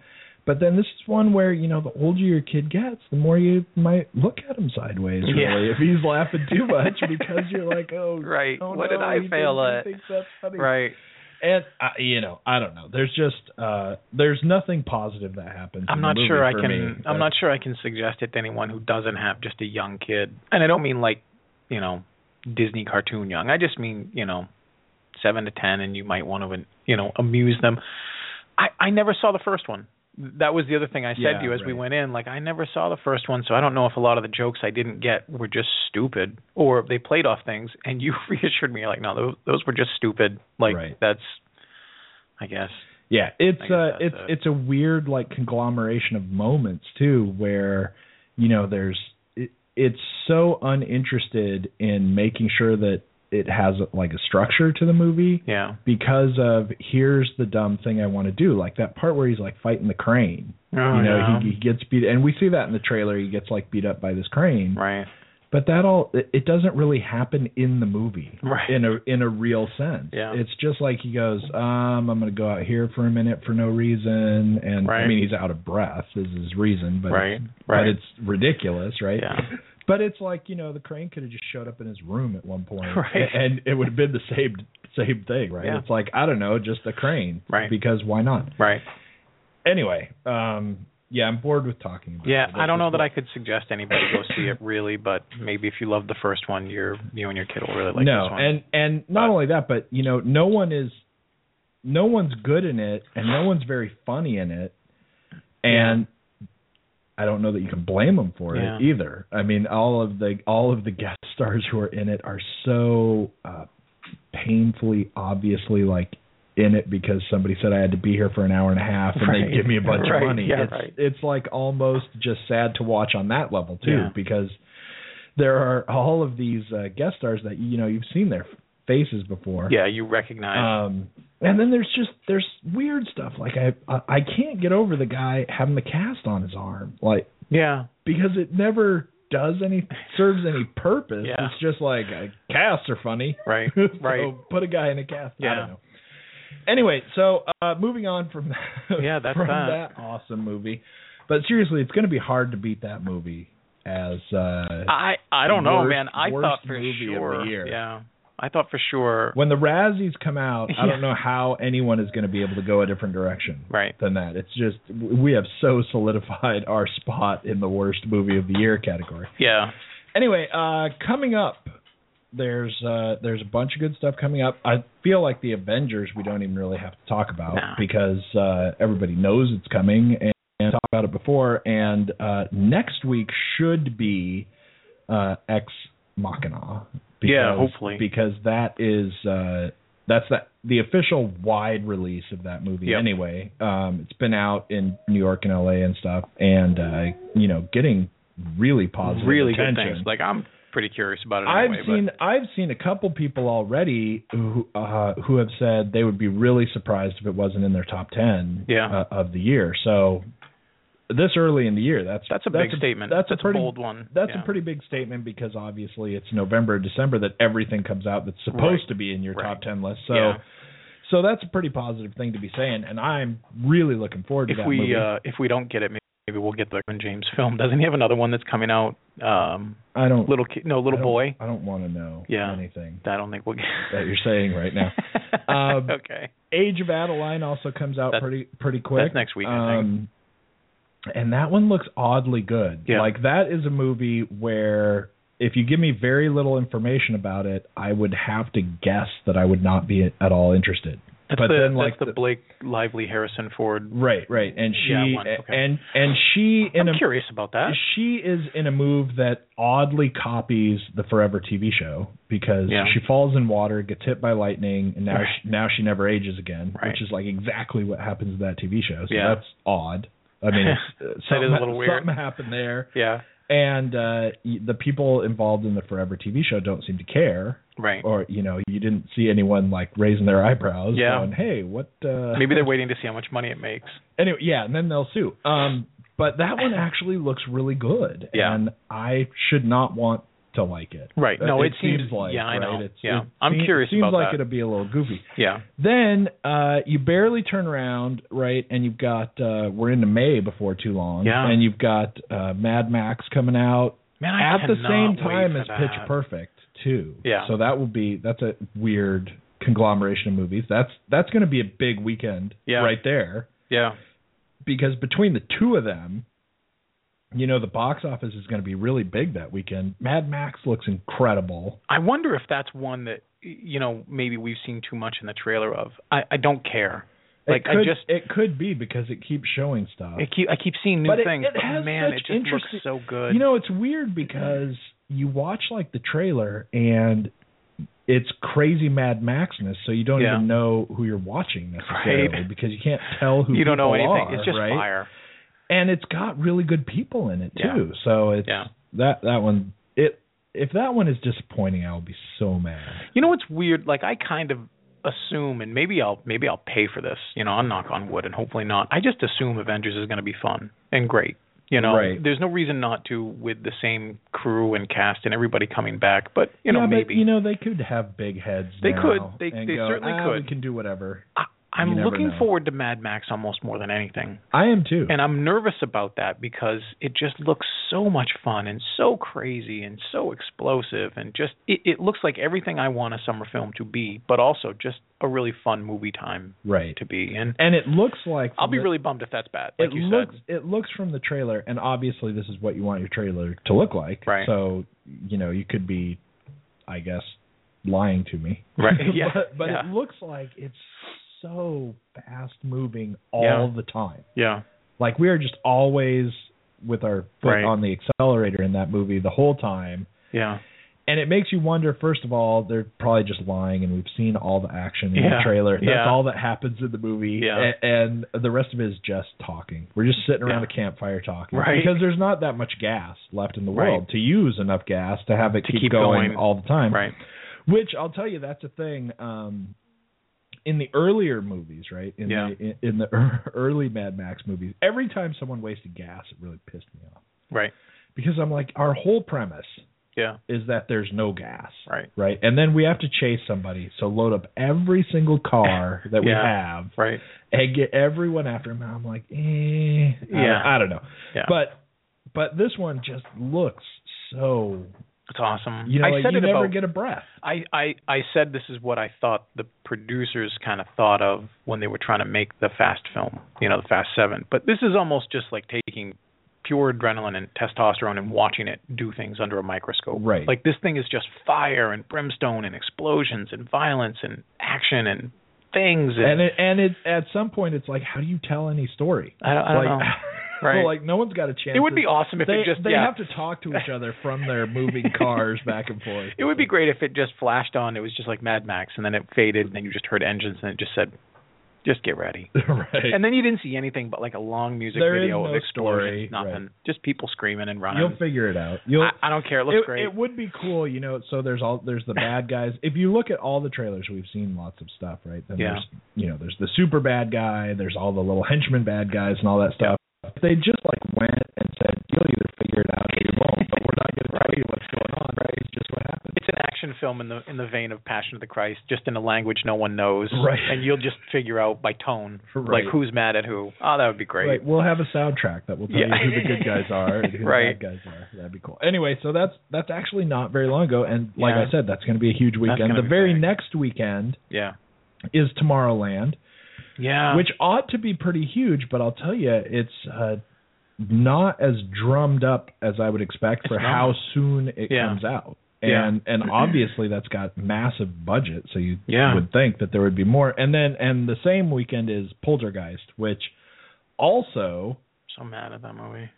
Speaker 2: But then this is one where you know the older your kid gets, the more you might look at him sideways. Really,
Speaker 3: Yeah.
Speaker 2: if he's laughing too much, because you're like, oh,
Speaker 3: Right.
Speaker 2: oh,
Speaker 3: What did
Speaker 2: no,
Speaker 3: I
Speaker 2: he thinks-
Speaker 3: fail
Speaker 2: he
Speaker 3: at?
Speaker 2: thinks that's funny.
Speaker 3: Right.
Speaker 2: And I, you know, I don't know. There's just uh there's nothing positive that happens.
Speaker 3: I'm
Speaker 2: in the
Speaker 3: not
Speaker 2: movie
Speaker 3: sure I
Speaker 2: for
Speaker 3: can
Speaker 2: me.
Speaker 3: I'm not sure I can suggest it to anyone who doesn't have just a young kid. And I don't mean like, you know, Disney cartoon young. I just mean, you know, 7 to 10 and you might want to, you know, amuse them. I I never saw the first one. That was the other thing I said
Speaker 2: Yeah,
Speaker 3: to you as we
Speaker 2: right.
Speaker 3: went in. Like I never saw the first one, so I don't know if a lot of the jokes I didn't get were just stupid or they played off things. And you reassured me, you're like, no, those, those were just stupid. Like
Speaker 2: Right.
Speaker 3: that's, I guess.
Speaker 2: Yeah, it's
Speaker 3: I guess
Speaker 2: uh
Speaker 3: that's
Speaker 2: it's
Speaker 3: it.
Speaker 2: it's a weird like conglomeration of moments too where you know there's it, it's so uninterested in making sure that it has like a structure to the movie
Speaker 3: Yeah.
Speaker 2: because of here's the dumb thing I want to do like that part where he's like fighting the crane.
Speaker 3: Oh,
Speaker 2: you know, he, he gets beat and we see that in the trailer he gets like beat up by this crane.
Speaker 3: right.
Speaker 2: but that all it it doesn't really happen in the movie
Speaker 3: Right.
Speaker 2: in a in a real sense.
Speaker 3: Yeah.
Speaker 2: It's just like he goes, um, I'm gonna go out here for a minute for no reason, and I
Speaker 3: Right.
Speaker 2: mean he's out of breath is his reason, but
Speaker 3: Right,
Speaker 2: it's- but
Speaker 3: right.
Speaker 2: it's ridiculous, right?
Speaker 3: Yeah.
Speaker 2: But it's like you know the crane could have just showed up in his room at one point,
Speaker 3: Right.
Speaker 2: and it would have been the same same thing, right?
Speaker 3: Yeah.
Speaker 2: It's like I don't know, just a crane,
Speaker 3: Right.
Speaker 2: Because why not?
Speaker 3: Right.
Speaker 2: Anyway, um, yeah, I'm bored with talking. About
Speaker 3: Yeah,
Speaker 2: it.
Speaker 3: I don't know
Speaker 2: That's
Speaker 3: that I could suggest anybody go see it really, but maybe if you love the first one, your you and your kid will really like
Speaker 2: no
Speaker 3: this one.
Speaker 2: and and not
Speaker 3: But-
Speaker 2: only that but you know no one is no one's good in it and no one's very funny in it and i don't know that you can blame them for
Speaker 3: Yeah.
Speaker 2: it either i mean all of the all of the guest stars who are in it are so uh painfully obviously like in it because somebody said I had to be here for an hour and a half and
Speaker 3: Right.
Speaker 2: they give me a bunch
Speaker 3: Right.
Speaker 2: of money.
Speaker 3: Yeah,
Speaker 2: it's
Speaker 3: right.
Speaker 2: it's like almost just sad to watch on that level too
Speaker 3: Yeah.
Speaker 2: because there are all of these uh, guest stars that you know you've seen their faces before.
Speaker 3: yeah, you recognize.
Speaker 2: Um, and then there's just there's weird stuff like I I I can't get over the guy having the cast on his arm like
Speaker 3: yeah,
Speaker 2: because it never does any serves any purpose.
Speaker 3: Yeah.
Speaker 2: It's just like uh, casts are funny.
Speaker 3: right,
Speaker 2: So
Speaker 3: right.
Speaker 2: put a guy in a cast. I
Speaker 3: Yeah.
Speaker 2: don't know. Anyway, so uh, moving on from
Speaker 3: Yeah, that's
Speaker 2: from
Speaker 3: that.
Speaker 2: that. awesome movie, but seriously, it's going to be hard to beat that movie as uh,
Speaker 3: I I don't know,
Speaker 2: Worst-
Speaker 3: man. I
Speaker 2: worst
Speaker 3: thought for
Speaker 2: movie of the
Speaker 3: sure.
Speaker 2: year.
Speaker 3: Yeah, I thought for sure.
Speaker 2: when the Razzies come out. I
Speaker 3: Yeah.
Speaker 2: don't know how anyone is going to be able to go a different direction
Speaker 3: Right.
Speaker 2: than that. It's just we have so solidified our spot in the worst movie of the year category.
Speaker 3: Yeah.
Speaker 2: anyway, uh, coming up, there's uh, there's a bunch of good stuff coming up. I feel like the Avengers we don't even really have to talk about
Speaker 3: No.
Speaker 2: because uh, everybody knows it's coming and, and talked about it before. And uh, next week should be uh, Ex Machina. Because,
Speaker 3: Yeah, hopefully.
Speaker 2: because that is uh, that's that the official wide release of that movie
Speaker 3: Yep.
Speaker 2: anyway. Um, it's been out in New York and L.A. and stuff, and uh, you know, getting really positive
Speaker 3: Really good
Speaker 2: attention.
Speaker 3: things. Like I'm pretty curious about it.
Speaker 2: I've
Speaker 3: Anyway, but-
Speaker 2: seen I've seen a couple people already who uh, who have said they would be really surprised if it wasn't in their top ten
Speaker 3: Yeah.
Speaker 2: uh, of the year. So this early in the year, that's
Speaker 3: that's a big statement.
Speaker 2: That's, a pretty
Speaker 3: bold one.
Speaker 2: That's
Speaker 3: Yeah.
Speaker 2: a pretty big statement because obviously it's November, December that everything comes out that's supposed
Speaker 3: Right.
Speaker 2: to be in your
Speaker 3: Right.
Speaker 2: top ten list. So
Speaker 3: Yeah.
Speaker 2: so that's a pretty positive thing to be saying, and I'm really looking forward to
Speaker 3: if
Speaker 2: that
Speaker 3: we
Speaker 2: movie.
Speaker 3: uh if we don't get it, maybe we'll get the Kevin James film. Doesn't he have another one that's coming out? Um,
Speaker 2: I don't
Speaker 3: little kid, no,
Speaker 2: I
Speaker 3: little
Speaker 2: don't-
Speaker 3: boy.
Speaker 2: I don't want to know
Speaker 3: Yeah.
Speaker 2: anything
Speaker 3: I don't think we'll get
Speaker 2: that you're saying right now. Um,
Speaker 3: okay.
Speaker 2: Age of Adeline also comes out
Speaker 3: That's-
Speaker 2: pretty pretty quick.
Speaker 3: that's next week, I think.
Speaker 2: Um, and that one looks oddly good.
Speaker 3: Yeah.
Speaker 2: Like that is a movie where if you give me very little information about it, I would have to guess that I would not be at all interested.
Speaker 3: That's
Speaker 2: but
Speaker 3: the,
Speaker 2: then, like,
Speaker 3: that's the,
Speaker 2: the-
Speaker 3: Blake Lively Harrison Ford.
Speaker 2: Right, right. And she
Speaker 3: Yeah, one, okay.
Speaker 2: and and she in
Speaker 3: I'm
Speaker 2: a
Speaker 3: curious about that.
Speaker 2: she is in a move that oddly copies the Forever TV show because
Speaker 3: Yeah.
Speaker 2: she falls in water, gets hit by lightning, and now
Speaker 3: Right.
Speaker 2: she, now she never ages again,
Speaker 3: Right.
Speaker 2: which is like exactly what happens to that TV show. So
Speaker 3: Yeah.
Speaker 2: that's odd. I mean, it's, uh,
Speaker 3: That is
Speaker 2: something,
Speaker 3: a little weird.
Speaker 2: Something happened there,
Speaker 3: Yeah.
Speaker 2: and uh, y- the people involved in the Forever TV show don't seem to care,
Speaker 3: Right.
Speaker 2: or you know, you didn't see anyone like raising their eyebrows,
Speaker 3: Yeah.
Speaker 2: going, "Hey, what?" Uh,
Speaker 3: Maybe they're waiting to see how much money it makes.
Speaker 2: anyway, yeah, and then they'll sue. Um, but that one actually looks really good,
Speaker 3: Yeah.
Speaker 2: and I should not want to like it.
Speaker 3: Right.
Speaker 2: Uh,
Speaker 3: No,
Speaker 2: it,
Speaker 3: it seems-
Speaker 2: like
Speaker 3: yeah, I
Speaker 2: right?
Speaker 3: know.
Speaker 2: It's,
Speaker 3: Yeah.
Speaker 2: it
Speaker 3: I'm
Speaker 2: seem-
Speaker 3: curious
Speaker 2: Seems
Speaker 3: about
Speaker 2: like
Speaker 3: that.
Speaker 2: it'll be a little goofy.
Speaker 3: Yeah.
Speaker 2: Then uh, you barely turn around, right? And you've got uh, we're into May before too long,
Speaker 3: Yeah.
Speaker 2: and you've got uh, Mad Max coming out
Speaker 3: Man, I
Speaker 2: at the
Speaker 3: cannot
Speaker 2: same
Speaker 3: wait
Speaker 2: time
Speaker 3: for
Speaker 2: as
Speaker 3: that.
Speaker 2: Pitch Perfect too.
Speaker 3: Yeah.
Speaker 2: So that will be that's a weird conglomeration of movies. That's that's going to be a big weekend
Speaker 3: Yeah.
Speaker 2: right there
Speaker 3: Yeah.
Speaker 2: because between the two of them, you know, the box office is going to be really big that weekend. Mad Max looks incredible.
Speaker 3: I wonder if that's one that y- you know maybe we've seen too much in the trailer of. I I don't care. Like
Speaker 2: it could,
Speaker 3: I just
Speaker 2: it could be because it keeps showing stuff.
Speaker 3: I keep I keep seeing new
Speaker 2: But it-
Speaker 3: things.
Speaker 2: it
Speaker 3: but
Speaker 2: has
Speaker 3: man,
Speaker 2: such
Speaker 3: it just looks
Speaker 2: interesting-
Speaker 3: so good.
Speaker 2: You know, it's weird because you watch like the trailer and it's crazy Mad Maxness, so you don't
Speaker 3: Yeah.
Speaker 2: even know who you're watching necessarily
Speaker 3: Right.
Speaker 2: because you can't tell who
Speaker 3: you don't know
Speaker 2: people
Speaker 3: anything.
Speaker 2: are,
Speaker 3: it's just
Speaker 2: right?
Speaker 3: fire.
Speaker 2: and it's got really good people in it
Speaker 3: Yeah.
Speaker 2: too. So it's
Speaker 3: Yeah.
Speaker 2: that that one it if that one is disappointing, I'll be so mad.
Speaker 3: You know what's weird? Like I kind of assume, and maybe I'll maybe I'll pay for this. You know, I'll knock on wood and hopefully not. I just assume Avengers is going to be fun and great. You know,
Speaker 2: Right.
Speaker 3: there's no reason not to with the same crew and cast and everybody coming back. But you know,
Speaker 2: yeah,
Speaker 3: maybe
Speaker 2: but, you know they could have big heads.
Speaker 3: They
Speaker 2: now
Speaker 3: could. They-
Speaker 2: and
Speaker 3: they
Speaker 2: go,
Speaker 3: certainly
Speaker 2: "Ah,
Speaker 3: could."
Speaker 2: We can do whatever.
Speaker 3: I, I'm
Speaker 2: You never
Speaker 3: looking
Speaker 2: know.
Speaker 3: forward to Mad Max almost more than anything,
Speaker 2: I am too.
Speaker 3: and I'm nervous about that because it just looks so much fun and so crazy and so explosive and just it, it looks like everything I want a summer film to be, but also just a really fun movie time
Speaker 2: right.
Speaker 3: to be. And
Speaker 2: And it looks like
Speaker 3: I'll be
Speaker 2: the-
Speaker 3: really bummed if that's bad. Like
Speaker 2: it
Speaker 3: you
Speaker 2: looks
Speaker 3: said,
Speaker 2: it looks from the trailer, and obviously this is what you want your trailer to look like.
Speaker 3: Right.
Speaker 2: So you know you could be, I guess, lying to me.
Speaker 3: right? Yeah,
Speaker 2: but but
Speaker 3: yeah.
Speaker 2: it looks like it's so fast moving all
Speaker 3: Yeah.
Speaker 2: the time.
Speaker 3: yeah.
Speaker 2: Like we are just always with our foot
Speaker 3: Right.
Speaker 2: on the accelerator in that movie the whole time.
Speaker 3: Yeah.
Speaker 2: and it makes you wonder. First of all, they're probably just lying, and we've seen all the action in
Speaker 3: Yeah,
Speaker 2: the trailer. That's
Speaker 3: yeah.
Speaker 2: all that happens in the movie,
Speaker 3: Yeah.
Speaker 2: a- and the rest of it is just talking. We're just sitting around
Speaker 3: Yeah.
Speaker 2: a campfire talking,
Speaker 3: Right.
Speaker 2: Because there's not that much gas left in the
Speaker 3: Right.
Speaker 2: world to use enough gas to have it
Speaker 3: To
Speaker 2: keep,
Speaker 3: keep
Speaker 2: going,
Speaker 3: going.
Speaker 2: all the time.
Speaker 3: Right.
Speaker 2: Which I'll tell you, that's a thing. Um, in the earlier movies, right? In
Speaker 3: Yeah.
Speaker 2: the in, in the early Mad Max movies, every time someone wasted gas, it really pissed me off
Speaker 3: Right.
Speaker 2: because I'm like, our whole premise
Speaker 3: Yeah.
Speaker 2: is that there's no gas.
Speaker 3: Right.
Speaker 2: Right. And then we have to chase somebody. So load up every single car that we
Speaker 3: Yeah.
Speaker 2: have
Speaker 3: Right.
Speaker 2: and get everyone after him. And I'm like, eh, I don't-
Speaker 3: Yeah.
Speaker 2: I don't know.
Speaker 3: Yeah.
Speaker 2: But but this one just looks so
Speaker 3: It's awesome.
Speaker 2: you know,
Speaker 3: I
Speaker 2: like,
Speaker 3: said
Speaker 2: you
Speaker 3: it
Speaker 2: never
Speaker 3: about.
Speaker 2: get a breath.
Speaker 3: I, I I said this is what I thought the producers kind of thought of when they were trying to make the Fast film, you know, the Fast Seven. But this is almost just like taking pure adrenaline and testosterone and watching it do things under a microscope.
Speaker 2: Right.
Speaker 3: Like this thing is just fire and brimstone and explosions and violence and action and things and,
Speaker 2: And it and it at some point it's like, how do you tell any story?
Speaker 3: I don't, I don't
Speaker 2: like
Speaker 3: know. Right.
Speaker 2: like no one's got a chance.
Speaker 3: It would
Speaker 2: to-
Speaker 3: be awesome if
Speaker 2: they
Speaker 3: it just
Speaker 2: they
Speaker 3: yeah.
Speaker 2: have to talk to each other from their moving cars back and forth.
Speaker 3: It would be great if it just flashed on. It was just like Mad Max, and then it faded, and then you just heard engines, and it just said, "Just get ready."
Speaker 2: right.
Speaker 3: And then you didn't see anything but like a long music
Speaker 2: There is
Speaker 3: video
Speaker 2: no
Speaker 3: of
Speaker 2: story,
Speaker 3: explosions, nothing,
Speaker 2: right.
Speaker 3: just people screaming and running.
Speaker 2: You'll figure it out. You'll
Speaker 3: I, I don't care. It looks
Speaker 2: it,
Speaker 3: great.
Speaker 2: it would be cool, you know. So there's all there's the bad guys. If you look at all the trailers, we've seen lots of stuff, right? Then
Speaker 3: Yeah.
Speaker 2: There's, you know, there's the super bad guy. There's all the little henchmen bad guys and all that stuff. If They just like went and said, "You'll either figure it out or you won't," but we're not going to tell you what's going on. Right? It's just what happens.
Speaker 3: it's an action film in the in the vein of Passion of the Christ, just in a language no one knows,
Speaker 2: Right.
Speaker 3: and you'll just figure out by tone,
Speaker 2: Right.
Speaker 3: like who's mad at who. Oh, that would be great.
Speaker 2: Right. We'll have a soundtrack that will tell
Speaker 3: Yeah.
Speaker 2: you who the good guys are and who
Speaker 3: Right.
Speaker 2: the bad guys are. That'd be cool. Anyway, so that's that's actually not very long ago, and like
Speaker 3: Yeah.
Speaker 2: I said, that's going to be a huge weekend.
Speaker 3: gonna
Speaker 2: The
Speaker 3: be
Speaker 2: very
Speaker 3: big.
Speaker 2: next weekend
Speaker 3: Yeah.
Speaker 2: is Tomorrowland.
Speaker 3: Yeah.
Speaker 2: which ought to be pretty huge, but I'll tell you, it's uh, not as drummed up as I would expect for
Speaker 3: not.
Speaker 2: how soon it
Speaker 3: Yeah.
Speaker 2: comes out.
Speaker 3: Yeah.
Speaker 2: And and obviously that's got massive budget, so you
Speaker 3: Yeah.
Speaker 2: would think that there would be more. And then and the same weekend is Poltergeist, which also
Speaker 3: so mad at that movie.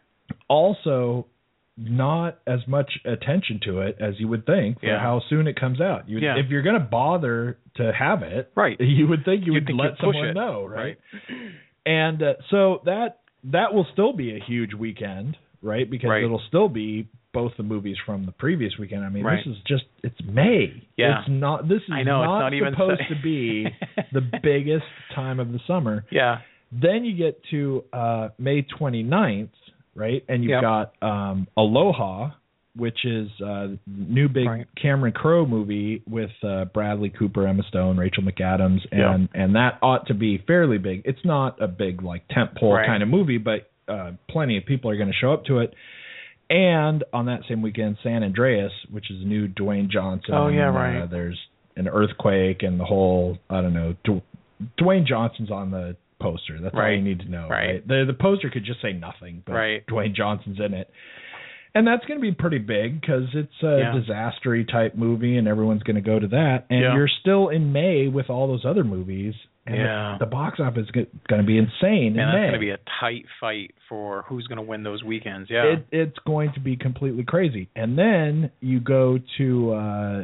Speaker 2: also not as much attention to it as you would think for
Speaker 3: Yeah.
Speaker 2: how soon it comes out. You,
Speaker 3: Yeah.
Speaker 2: If you're going to bother to have it,
Speaker 3: Right.
Speaker 2: you would think you
Speaker 3: You'd
Speaker 2: would
Speaker 3: think
Speaker 2: let
Speaker 3: you'd push
Speaker 2: someone
Speaker 3: it,
Speaker 2: know, right? And uh, so that that will still be a huge weekend, right? Because
Speaker 3: Right.
Speaker 2: it'll still be both the movies from the previous weekend. I mean,
Speaker 3: Right.
Speaker 2: this is just it's May.
Speaker 3: Yeah.
Speaker 2: It's not this is
Speaker 3: I know
Speaker 2: not,
Speaker 3: it's not even
Speaker 2: supposed
Speaker 3: so-
Speaker 2: to be the biggest time of the summer.
Speaker 3: Yeah.
Speaker 2: Then you get to uh May 29th, right? And you've
Speaker 3: Yep.
Speaker 2: got um Aloha, which is uh new big
Speaker 3: Right.
Speaker 2: Cameron Crowe movie with uh Bradley Cooper, Emma Stone, Rachel McAdams and and that ought to be fairly big. It's not a big like tentpole
Speaker 3: Right.
Speaker 2: kind of movie, but uh plenty of people are going to show up to it. And on that same weekend, San Andreas, which is new Dwayne Johnson.
Speaker 3: Oh, yeah,
Speaker 2: uh,
Speaker 3: right.
Speaker 2: there's an earthquake and the whole I don't know. Dw- Dwayne Johnson's on the poster. That's all
Speaker 3: Right.
Speaker 2: you need to know.
Speaker 3: Right.
Speaker 2: The the poster could just say nothing, but
Speaker 3: Right.
Speaker 2: Dwayne Johnson's in it. And that's going to be pretty big because it's a
Speaker 3: Yeah.
Speaker 2: disastery type movie, and everyone's going to go to that. And
Speaker 3: Yeah.
Speaker 2: you're still in May with all those other movies, and the-
Speaker 3: Yeah.
Speaker 2: the, box office is going to be insane in
Speaker 3: Man, that's
Speaker 2: May.
Speaker 3: going to be a tight fight for who's going to win those weekends. Yeah.
Speaker 2: It, it's going to be completely crazy. And then you go to uh,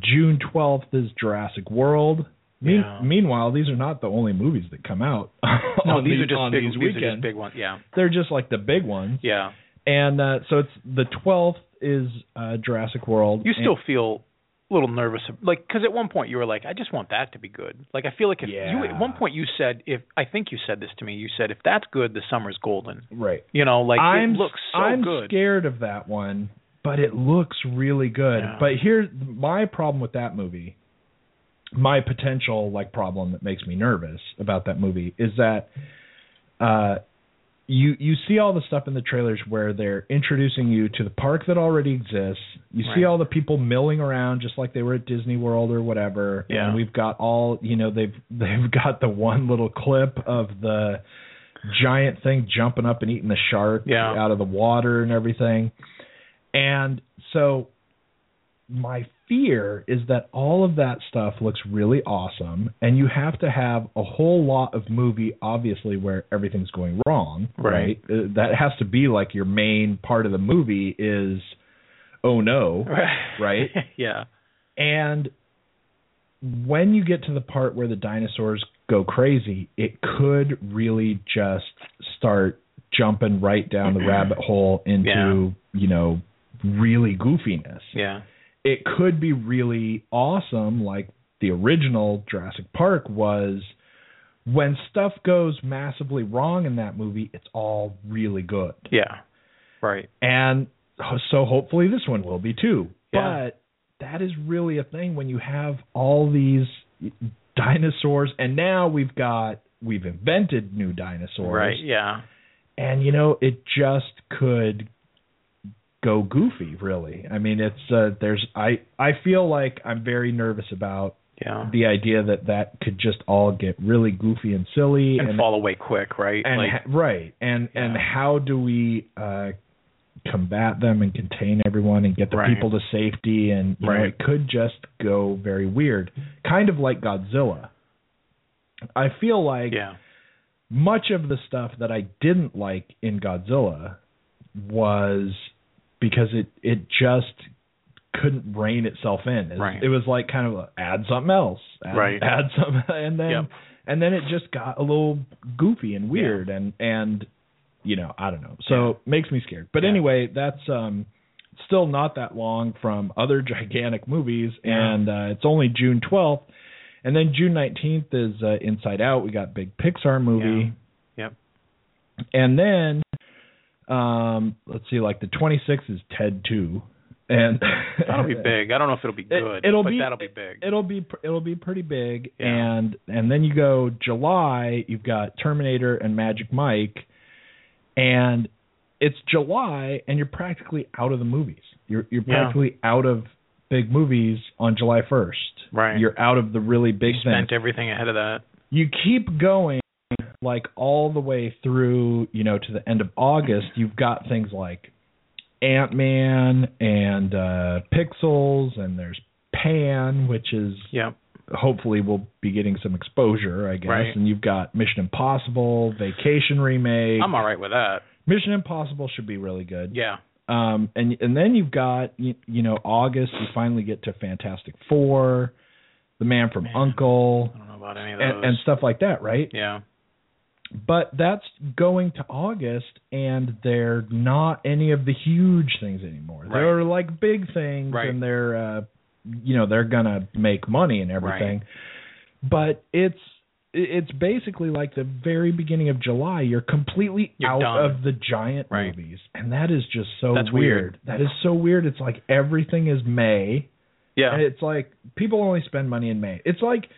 Speaker 2: June 12th is Jurassic World. Me-
Speaker 3: Yeah.
Speaker 2: Meanwhile, these are not the only movies that come out.
Speaker 3: no,
Speaker 2: on
Speaker 3: Oh, these
Speaker 2: these
Speaker 3: are just
Speaker 2: on
Speaker 3: big.
Speaker 2: these
Speaker 3: These are just
Speaker 2: weekends.
Speaker 3: big ones. Yeah.
Speaker 2: They're just like the big ones.
Speaker 3: Yeah.
Speaker 2: And uh, so it's the 12th is uh, Jurassic World.
Speaker 3: You
Speaker 2: and-
Speaker 3: still feel little nervous, like because at one point you were like, I just want that to be good. Like I feel like if you at
Speaker 2: Yeah.
Speaker 3: one point you said if I think you said this to me, you said if that's good, the summer's golden.
Speaker 2: Right.
Speaker 3: You know, like
Speaker 2: I'm
Speaker 3: it looks so
Speaker 2: I'm
Speaker 3: good.
Speaker 2: scared of that one, but it looks really good.
Speaker 3: Yeah.
Speaker 2: But here's my problem with that movie. My potential like problem that makes me nervous about that movie is that uh you you see all the stuff in the trailers where they're introducing you to the park that already exists. You see
Speaker 3: Right.
Speaker 2: all the people milling around just like they were at Disney World or whatever.
Speaker 3: Yeah.
Speaker 2: And we've got all you know they've they've got the one little clip of the giant thing jumping up and eating the shark
Speaker 3: Yeah.
Speaker 2: out of the water and everything. And so my fear is that all of that stuff looks really awesome and you have to have a whole lot of movie obviously where everything's going wrong
Speaker 3: Right.
Speaker 2: Uh, that has to be like your main part of the movie is oh no right?
Speaker 3: yeah.
Speaker 2: and when you get to the part where the dinosaurs go crazy, it could really just start jumping right down the rabbit hole into, you know, really goofiness.
Speaker 3: Yeah.
Speaker 2: It could be really awesome, like the original Jurassic Park was. When stuff goes massively wrong in that movie, it's all really good.
Speaker 3: Yeah. Right.
Speaker 2: And ho- so hopefully this one will be too.
Speaker 3: Yeah.
Speaker 2: But that is really a thing when you have all these dinosaurs and now we've got we've invented new dinosaurs.
Speaker 3: Right. Yeah.
Speaker 2: And you know, it just could go goofy really. I mean, it's uh, there's I I feel like I'm very nervous about
Speaker 3: Yeah.
Speaker 2: the idea that that could just all get really goofy and silly
Speaker 3: and,
Speaker 2: and
Speaker 3: fall away quick, right?
Speaker 2: and
Speaker 3: like,
Speaker 2: ha- right and and how do we uh combat them and contain everyone and get the
Speaker 3: Right.
Speaker 2: people to safety and you know,
Speaker 3: Right.
Speaker 2: it could just go very weird kind of like godzilla i feel like
Speaker 3: yeah.
Speaker 2: much of the stuff that i didn't like in godzilla was because it it just couldn't rein itself in It-
Speaker 3: Right.
Speaker 2: it was like kind of a, add something else add,
Speaker 3: Right.
Speaker 2: add some and then
Speaker 3: Yep.
Speaker 2: and then it just got a little goofy and weird and and you know i don't know so makes me scared but
Speaker 3: Yeah.
Speaker 2: anyway that's um still not that long from other gigantic movies
Speaker 3: Yeah.
Speaker 2: and uh, it's only june 12th and then june 19th is uh, inside out we got big pixar movie
Speaker 3: Yeah. Yep.
Speaker 2: and then um let's see like the 26th is ted 2 and
Speaker 3: That'll be big. I don't know if it'll be
Speaker 2: It-
Speaker 3: good.
Speaker 2: it'll
Speaker 3: but
Speaker 2: be-
Speaker 3: that'll be big.
Speaker 2: It'll be pr- it'll be pretty big,
Speaker 3: Yeah.
Speaker 2: and and then you go July. You've got Terminator and Magic Mike, and it's July, and you're practically out of the movies. You're you're
Speaker 3: Yeah.
Speaker 2: practically out of big movies on July first.
Speaker 3: Right.
Speaker 2: You're out of the really big things.
Speaker 3: Spent everything ahead of that.
Speaker 2: You keep going like all the way through, you know, to the end of August. You've got things like Ant Man and uh, Pixels, and there's Pan, which is
Speaker 3: Yep.
Speaker 2: hopefully we'll be getting some exposure, I guess.
Speaker 3: Right.
Speaker 2: And you've got Mission Impossible, Vacation remake.
Speaker 3: I'm all right with that.
Speaker 2: Mission Impossible should be really good.
Speaker 3: Yeah.
Speaker 2: Um, and and then you've got you, you know August. You finally get to Fantastic Four, The Man from
Speaker 3: Man. Oh
Speaker 2: Uncle,
Speaker 3: I don't know about any of those.
Speaker 2: and, and stuff like that, right?
Speaker 3: yeah.
Speaker 2: But that's going to August, and they're not any of the huge things anymore.
Speaker 3: Right.
Speaker 2: They're like big things,
Speaker 3: Right.
Speaker 2: and they're uh, you know they're gonna make money and everything. But it's it's basically like the very beginning of July. You're completely
Speaker 3: You're
Speaker 2: out
Speaker 3: done.
Speaker 2: of the giant
Speaker 3: Right.
Speaker 2: movies, and that is just so
Speaker 3: That's
Speaker 2: weird.
Speaker 3: weird.
Speaker 2: That is so weird. It's like everything is May,
Speaker 3: Yeah.
Speaker 2: and it's like people only spend money in May. It's like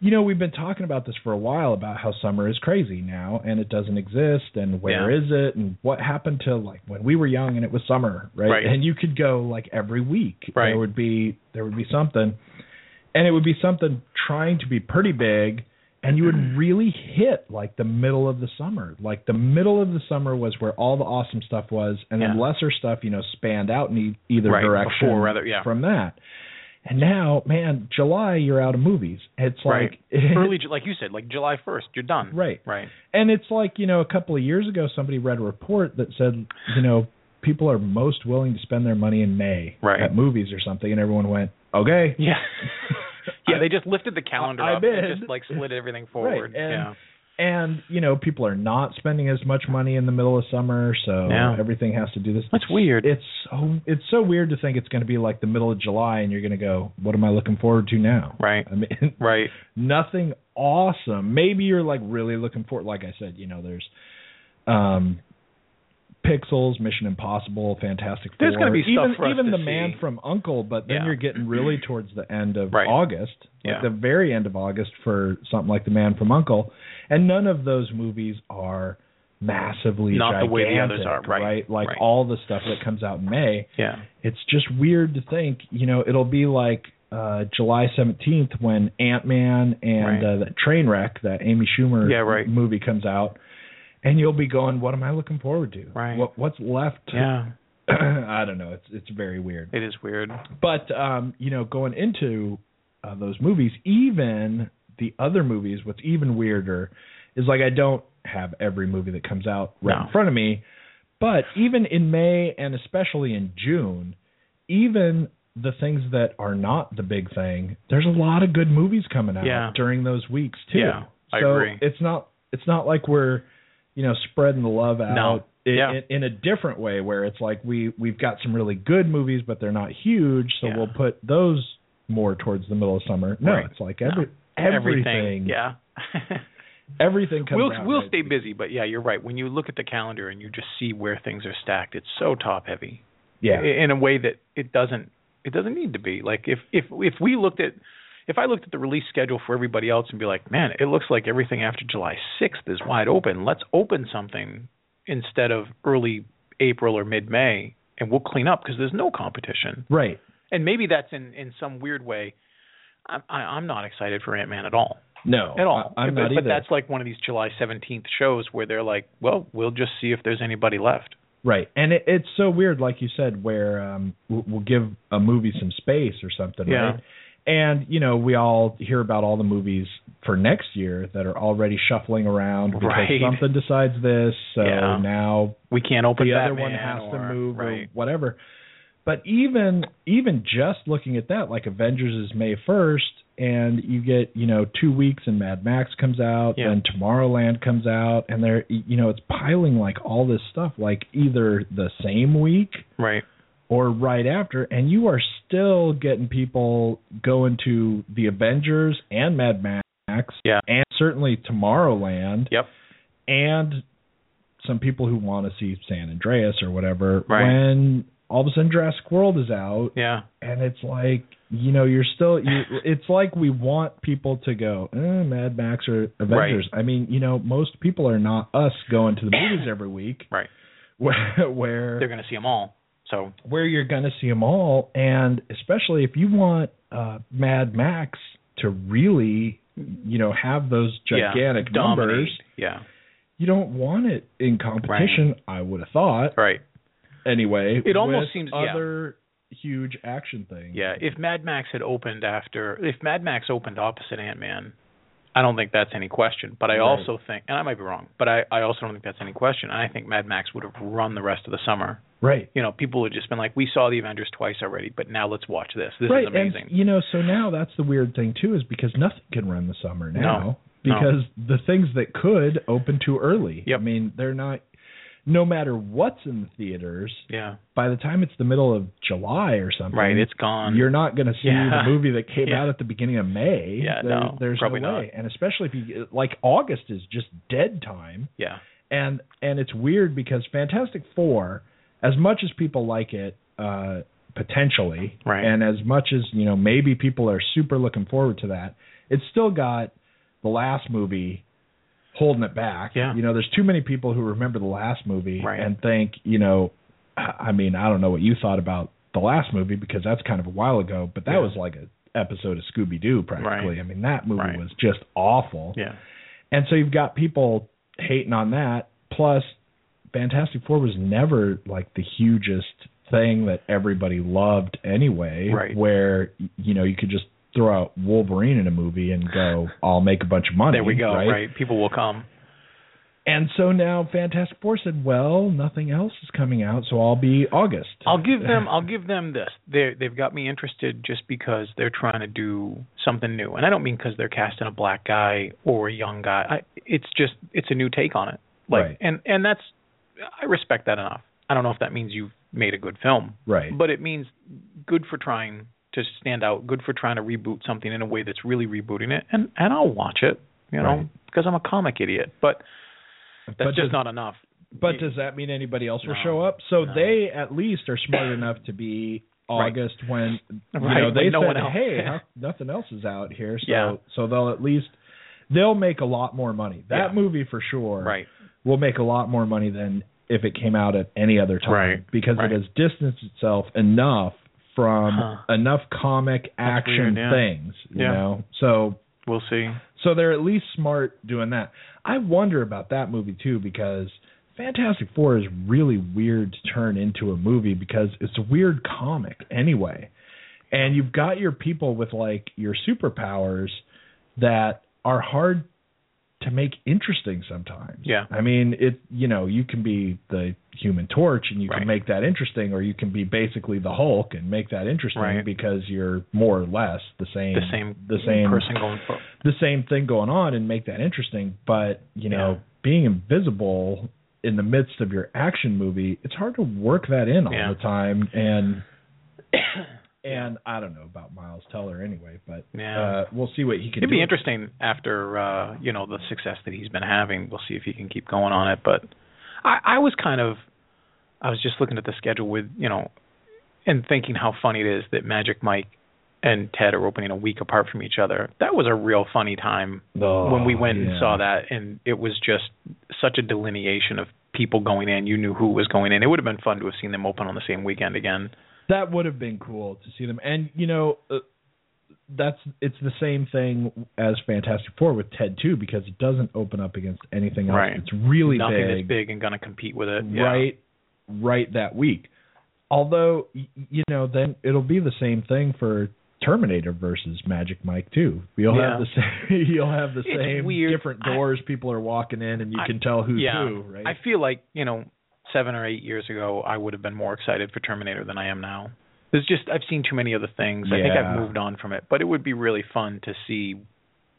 Speaker 2: you know, we've been talking about this for a while about how summer is crazy now and it doesn't exist and where
Speaker 3: Yeah.
Speaker 2: is it and what happened to like when we were young and it was summer, right?
Speaker 3: Right.
Speaker 2: And you could go like every week.
Speaker 3: Right.
Speaker 2: There would be there would be something. And it would be something trying to be pretty big and you
Speaker 3: Mm-hmm.
Speaker 2: would really hit like the middle of the summer. Like the middle of the summer was where all the awesome stuff was and then
Speaker 3: Yeah.
Speaker 2: lesser stuff, you know, spanned out in e- either
Speaker 3: Right,
Speaker 2: direction
Speaker 3: before, rather, yeah.
Speaker 2: from that. And now, man, July you're out of movies. It's
Speaker 3: Right.
Speaker 2: like
Speaker 3: Early, Ju- like you said, like July 1st, you're done.
Speaker 2: Right.
Speaker 3: Right.
Speaker 2: And it's like, you know, a couple of years ago somebody read a report that said, you know, people are most willing to spend their money in May
Speaker 3: Right.
Speaker 2: at movies or something and everyone went, "Okay."
Speaker 3: Yeah. yeah. They just lifted the calendar
Speaker 2: I
Speaker 3: up
Speaker 2: bet.
Speaker 3: and just like slid everything
Speaker 2: Right,
Speaker 3: forward.
Speaker 2: and- and you know people are not spending as much money in the middle of summer, so
Speaker 3: Yeah.
Speaker 2: everything has to do this.
Speaker 3: That's weird.
Speaker 2: It's so it's so weird to think it's going to be like the middle of July and you're going to go, what am I looking forward to now?
Speaker 3: Right.
Speaker 2: I mean,
Speaker 3: Right.
Speaker 2: nothing awesome. Maybe you're like really looking forward. Like I said, you know, there's um, Pixels, Mission Impossible, Fantastic
Speaker 3: There's
Speaker 2: Four.
Speaker 3: gonna be stuff
Speaker 2: even
Speaker 3: for us
Speaker 2: even
Speaker 3: to
Speaker 2: the Man
Speaker 3: see.
Speaker 2: from Uncle, but then
Speaker 3: Yeah.
Speaker 2: you're getting really towards the end of
Speaker 3: Right.
Speaker 2: August, like
Speaker 3: Yeah.
Speaker 2: the very end of August for something like the Man from Uncle, and none of those movies are massively
Speaker 3: Not the
Speaker 2: gigantic,
Speaker 3: way the others are, right,
Speaker 2: Like
Speaker 3: right.
Speaker 2: all the stuff that comes out in May
Speaker 3: Yeah.
Speaker 2: it's just weird to think, you know, it'll be like uh July 17th when Ant-Man and
Speaker 3: Right.
Speaker 2: uh, that train wreck that Amy Schumer
Speaker 3: Yeah, right.
Speaker 2: movie comes out and you'll be going what am I looking forward to?
Speaker 3: Right.
Speaker 2: What what's left?
Speaker 3: Yeah.
Speaker 2: I don't know, it's it's very weird.
Speaker 3: It is weird.
Speaker 2: But um, you know, going into uh, those movies, even the other movies, what's even weirder is like I don't have every movie that comes out right
Speaker 3: No.
Speaker 2: in front of me. But even in May and especially in June, even the things that are not the big thing, there's a lot of good movies coming out
Speaker 3: Yeah.
Speaker 2: during those weeks too.
Speaker 3: Yeah, I
Speaker 2: so
Speaker 3: agree.
Speaker 2: it's not it's not like we're you know spreading the love out
Speaker 3: No.
Speaker 2: in,
Speaker 3: Yeah.
Speaker 2: in, in a different way where it's like we we've got some really good movies but they're not huge so
Speaker 3: Yeah.
Speaker 2: we'll put those more towards the middle of summer no
Speaker 3: Right.
Speaker 2: it's like every,
Speaker 3: Everything.
Speaker 2: everything
Speaker 3: Yeah.
Speaker 2: everything comes
Speaker 3: we'll
Speaker 2: out
Speaker 3: we'll
Speaker 2: right.
Speaker 3: stay busy, but yeah, you're right. When you look at the calendar and you just see where things are stacked, it's so top heavy.
Speaker 2: yeah
Speaker 3: in a way that it doesn't it doesn't need to be like if if if we looked at if I looked at the release schedule for everybody else and be like, man, it looks like everything after July 6th is wide open. Let's open something instead of early April or mid May, and we'll clean up because there's no competition.
Speaker 2: right
Speaker 3: And maybe that's in in some weird way. I'm I, I'm not excited for Ant Man at all,
Speaker 2: no
Speaker 3: at all.
Speaker 2: I, am
Speaker 3: but,
Speaker 2: not
Speaker 3: but
Speaker 2: either
Speaker 3: that's like one of these July 17th shows where they're like, well, we'll just see if there's anybody left.
Speaker 2: right and it, it's so weird like you said where um we'll, we'll give a movie some space or something
Speaker 3: Yeah.
Speaker 2: right and you know we all hear about all the movies for next year that are already shuffling around because
Speaker 3: Right.
Speaker 2: something decides this so
Speaker 3: Yeah.
Speaker 2: now
Speaker 3: We can't open
Speaker 2: the
Speaker 3: that
Speaker 2: other one has
Speaker 3: or,
Speaker 2: to move
Speaker 3: right.
Speaker 2: or whatever. But even even just looking at that, like Avengers is May first, and you get you know two weeks, and Mad Max comes out,
Speaker 3: Yeah.
Speaker 2: then Tomorrowland comes out, and they're you know it's piling like all this stuff, like either the same week
Speaker 3: Right.
Speaker 2: or right after, and you are still getting people going to the Avengers and Mad Max,
Speaker 3: Yeah.
Speaker 2: and certainly Tomorrowland,
Speaker 3: Yep.
Speaker 2: and some people who want to see San Andreas or whatever
Speaker 3: Right.
Speaker 2: when all of a sudden Jurassic World is out
Speaker 3: Yeah.
Speaker 2: and it's like you know you're still you it's like we want people to go eh, Mad Max or Avengers. I mean you know most people are not us going to the movies every week
Speaker 3: Right.
Speaker 2: where where
Speaker 3: They're going to see them all. So
Speaker 2: where you're going to see them all, and especially if you want uh, Mad Max to really you know have those gigantic
Speaker 3: yeah, dominate.
Speaker 2: numbers
Speaker 3: Yeah.
Speaker 2: you don't want it in competition, I would have thought.
Speaker 3: Right.
Speaker 2: Anyway,
Speaker 3: It almost
Speaker 2: with
Speaker 3: seems- yeah.
Speaker 2: other huge action things.
Speaker 3: Yeah. If Mad Max had opened after, if Mad Max opened opposite Ant Man, I don't think that's any question. But I
Speaker 2: Right.
Speaker 3: also think, and I might be wrong, but I, I also don't think that's any question. And I think Mad Max would have run the rest of the summer.
Speaker 2: Right.
Speaker 3: You know, people would have just been like, we saw the Avengers twice already, but now let's watch this. This
Speaker 2: right.
Speaker 3: is amazing.
Speaker 2: And you know, so now that's the weird thing too, is because nothing can run the summer now.
Speaker 3: No.
Speaker 2: Because the things that could open too early.
Speaker 3: Yep.
Speaker 2: I mean, they're not no matter what's in the theaters,
Speaker 3: yeah.
Speaker 2: by the time it's the middle of July or something.
Speaker 3: Right. It's gone.
Speaker 2: Mm-hmm. you're not going to see
Speaker 3: Yeah.
Speaker 2: the movie that came
Speaker 3: Yeah.
Speaker 2: out at the beginning of May.
Speaker 3: Yeah,
Speaker 2: There-
Speaker 3: no,
Speaker 2: there's
Speaker 3: probably
Speaker 2: no
Speaker 3: not.
Speaker 2: way. And especially if you like August is just dead time.
Speaker 3: yeah.
Speaker 2: and and it's weird because Fantastic Four, as much as people like it uh, potentially,
Speaker 3: Right.
Speaker 2: and as much as you know, maybe people are super looking forward to that. It's still got the last movie holding it back.
Speaker 3: Yeah.
Speaker 2: you know, there's too many people who remember the last movie
Speaker 3: Right.
Speaker 2: and think, you know, I I mean, I don't know what you thought about the last movie because that's kind of a while ago, but that
Speaker 3: Yeah.
Speaker 2: was like a episode of Scooby Doo practically.
Speaker 3: Right.
Speaker 2: I mean, that movie
Speaker 3: Right.
Speaker 2: was just awful.
Speaker 3: Yeah.
Speaker 2: And so you've got people hating on that. Plus, Fantastic Four was never like the hugest thing that everybody loved anyway.
Speaker 3: Right.
Speaker 2: Where y- you know you could just throw out Wolverine in a movie and go, "I'll make a bunch of money."
Speaker 3: There we go.
Speaker 2: Right.
Speaker 3: People will come.
Speaker 2: And so now Fantastic Four said, "Well, nothing else is coming out, so I'll be August."
Speaker 3: I'll give them I'll give them this. They they've got me interested just because they're trying to do something new. And I don't mean cuz they're casting a black guy or a young guy. I it's just it's a new take on it. Like
Speaker 2: Right.
Speaker 3: and and that's I respect that enough. I don't know if that means you've made a good film,
Speaker 2: right.
Speaker 3: but it means good for trying to stand out, good for trying to reboot something in a way that's really rebooting it. And and I'll watch it, you know,
Speaker 2: Right.
Speaker 3: because I'm a comic idiot, but that's
Speaker 2: but
Speaker 3: just
Speaker 2: does,
Speaker 3: not enough.
Speaker 2: But does that mean anybody else will
Speaker 3: No,
Speaker 2: show up? So
Speaker 3: no.
Speaker 2: they at least are smart enough to be
Speaker 3: Right.
Speaker 2: August when you
Speaker 3: Right,
Speaker 2: know they
Speaker 3: when no
Speaker 2: said,
Speaker 3: one else-
Speaker 2: "Hey, how, nothing else is out here," so
Speaker 3: Yeah.
Speaker 2: so they'll at least they'll make a lot more money. That
Speaker 3: Yeah.
Speaker 2: movie for sure
Speaker 3: Right.
Speaker 2: will make a lot more money than if it came out at any other time
Speaker 3: Right,
Speaker 2: because
Speaker 3: right.
Speaker 2: it has distanced itself enough from
Speaker 3: Huh.
Speaker 2: enough comic action
Speaker 3: weird, yeah.
Speaker 2: things, you
Speaker 3: Yeah.
Speaker 2: know. So
Speaker 3: We'll see.
Speaker 2: so they're at least smart doing that. I wonder about that movie too because Fantastic Four is really weird to turn into a movie because it's a weird comic anyway. And you've got your people with like your superpowers that are hard to make interesting sometimes.
Speaker 3: Yeah.
Speaker 2: I mean, it you know, you can be the human torch and you
Speaker 3: Right.
Speaker 2: can make that interesting or you can be basically the Hulk and make that interesting
Speaker 3: Right.
Speaker 2: because you're more or less the same
Speaker 3: The same
Speaker 2: the same
Speaker 3: person going for
Speaker 2: the same thing going on and make that interesting. But you know,
Speaker 3: Yeah.
Speaker 2: being invisible in the midst of your action movie, it's hard to work that in all
Speaker 3: Yeah.
Speaker 2: the time. And and I don't know about Miles Teller anyway, but
Speaker 3: Yeah.
Speaker 2: uh, we'll see what he can
Speaker 3: It'd
Speaker 2: do.
Speaker 3: be interesting after uh, you know the success that he's been having. We'll see if he can keep going on it. But I, I was kind of, I was just looking at the schedule with you know, and thinking how funny it is that Magic Mike and Ted are opening a week apart from each other. That was a real funny time
Speaker 2: Oh,
Speaker 3: when we went
Speaker 2: yeah.
Speaker 3: and saw that, and it was just such a delineation of people going in. You knew who was going in. It would have been fun to have seen them open on the same weekend again.
Speaker 2: That would have been cool to see them. And you know, uh, that's it's the same thing as Fantastic Four with Ted too, because it doesn't open up against anything else.
Speaker 3: Right.
Speaker 2: It's really
Speaker 3: Nothing
Speaker 2: big.
Speaker 3: that's big and going to compete with it. Yeah.
Speaker 2: right right that week. Although y- you know, then it'll be the same thing for Terminator versus Magic Mike too. You'll have
Speaker 3: Yeah.
Speaker 2: the same you'll have the
Speaker 3: It's
Speaker 2: same
Speaker 3: weird.
Speaker 2: different doors people are walking in and you
Speaker 3: I-
Speaker 2: can tell who's
Speaker 3: yeah.
Speaker 2: who, right?
Speaker 3: I feel like you know, seven or eight years ago, I would have been more excited for Terminator than I am now. There's just I've seen too many other things. I think
Speaker 2: Yeah.
Speaker 3: I've moved on from it, but it would be really fun to see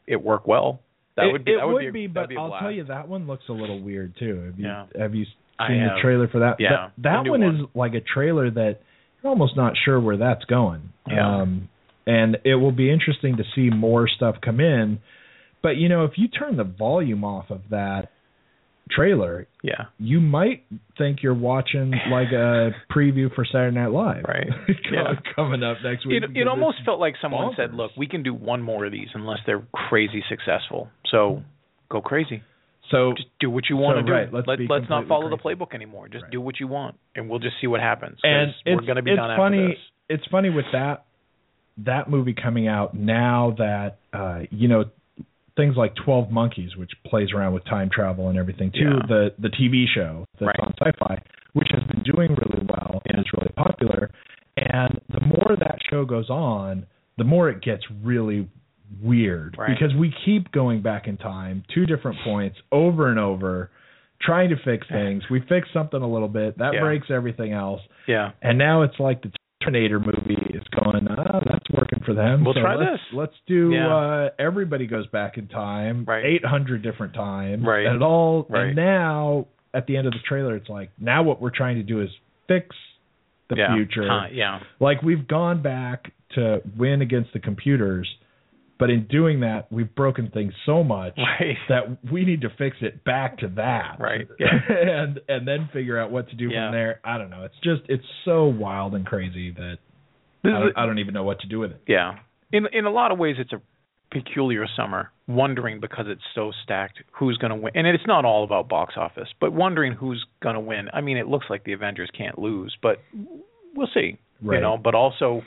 Speaker 3: it work well. That
Speaker 2: it,
Speaker 3: would be
Speaker 2: it
Speaker 3: that
Speaker 2: would
Speaker 3: be, a- that'd
Speaker 2: but
Speaker 3: be a
Speaker 2: I'll
Speaker 3: blast.
Speaker 2: tell you that one looks a little weird too. Have you
Speaker 3: Yeah.
Speaker 2: have you
Speaker 3: I
Speaker 2: seen the
Speaker 3: have.
Speaker 2: trailer for that?
Speaker 3: Yeah,
Speaker 2: That,
Speaker 3: the
Speaker 2: that
Speaker 3: new
Speaker 2: one, is
Speaker 3: one.
Speaker 2: like a trailer that you're almost not sure where that's going.
Speaker 3: Yeah.
Speaker 2: Um and it will be interesting to see more stuff come in. But you know, if you turn the volume off of that trailer,
Speaker 3: Yeah,
Speaker 2: you might think you're watching like a preview for Saturday Night Live.
Speaker 3: Right.
Speaker 2: Co-
Speaker 3: Yeah.
Speaker 2: Coming up next week.
Speaker 3: it
Speaker 2: because
Speaker 3: it
Speaker 2: it's-
Speaker 3: almost felt like someone said,
Speaker 2: bonkers.
Speaker 3: "Look, we can do one more of these unless they're crazy successful. So go crazy.
Speaker 2: so
Speaker 3: Just do what you want
Speaker 2: So,
Speaker 3: to do.
Speaker 2: right, let's
Speaker 3: Let,
Speaker 2: be
Speaker 3: let's not
Speaker 2: completely
Speaker 3: follow
Speaker 2: crazy.
Speaker 3: the playbook anymore. Just
Speaker 2: Right.
Speaker 3: do what you want, and we'll just see what happens. 'cause
Speaker 2: and
Speaker 3: we're
Speaker 2: it's,
Speaker 3: going to be
Speaker 2: it's
Speaker 3: done
Speaker 2: funny
Speaker 3: after this.
Speaker 2: it's funny with that that movie coming out now that uh you know things like 12 monkeys which plays around with time travel and everything too
Speaker 3: Yeah.
Speaker 2: the the TV show that's
Speaker 3: Right.
Speaker 2: on sci-fi which has been doing really well and it's really popular and the more that show goes on the more it gets really weird
Speaker 3: Right.
Speaker 2: because we keep going back in time two different points over and over trying to fix things we fix something a little bit that
Speaker 3: Yeah.
Speaker 2: breaks everything else
Speaker 3: Yeah.
Speaker 2: and now it's like the Terminator movie is going, ah, that's working for them.
Speaker 3: We'll
Speaker 2: so
Speaker 3: try
Speaker 2: let's,
Speaker 3: this.
Speaker 2: Let's do
Speaker 3: Yeah.
Speaker 2: uh everybody goes back in time,
Speaker 3: Right.
Speaker 2: 800 different times.
Speaker 3: Right.
Speaker 2: And it all
Speaker 3: Right.
Speaker 2: and now at the end of the trailer it's like now what we're trying to do is fix the
Speaker 3: yeah.
Speaker 2: future.
Speaker 3: Huh, yeah.
Speaker 2: Like we've gone back to win against the computers, but in doing that we've broken things so much
Speaker 3: Right.
Speaker 2: that we need to fix it back to that.
Speaker 3: Right, yeah.
Speaker 2: and and then figure out what to do
Speaker 3: Yeah.
Speaker 2: from there. I don't know. It's just it's so wild and crazy that I
Speaker 3: This is
Speaker 2: don't, I don't even know what to do with it.
Speaker 3: yeah. In in a lot of ways, it's a peculiar summer. Wondering because it's so stacked, who's going to win? And it's not all about box office, but wondering who's going to win. I mean, it looks like the Avengers can't lose, but we'll see.
Speaker 2: Right.
Speaker 3: You know, but also,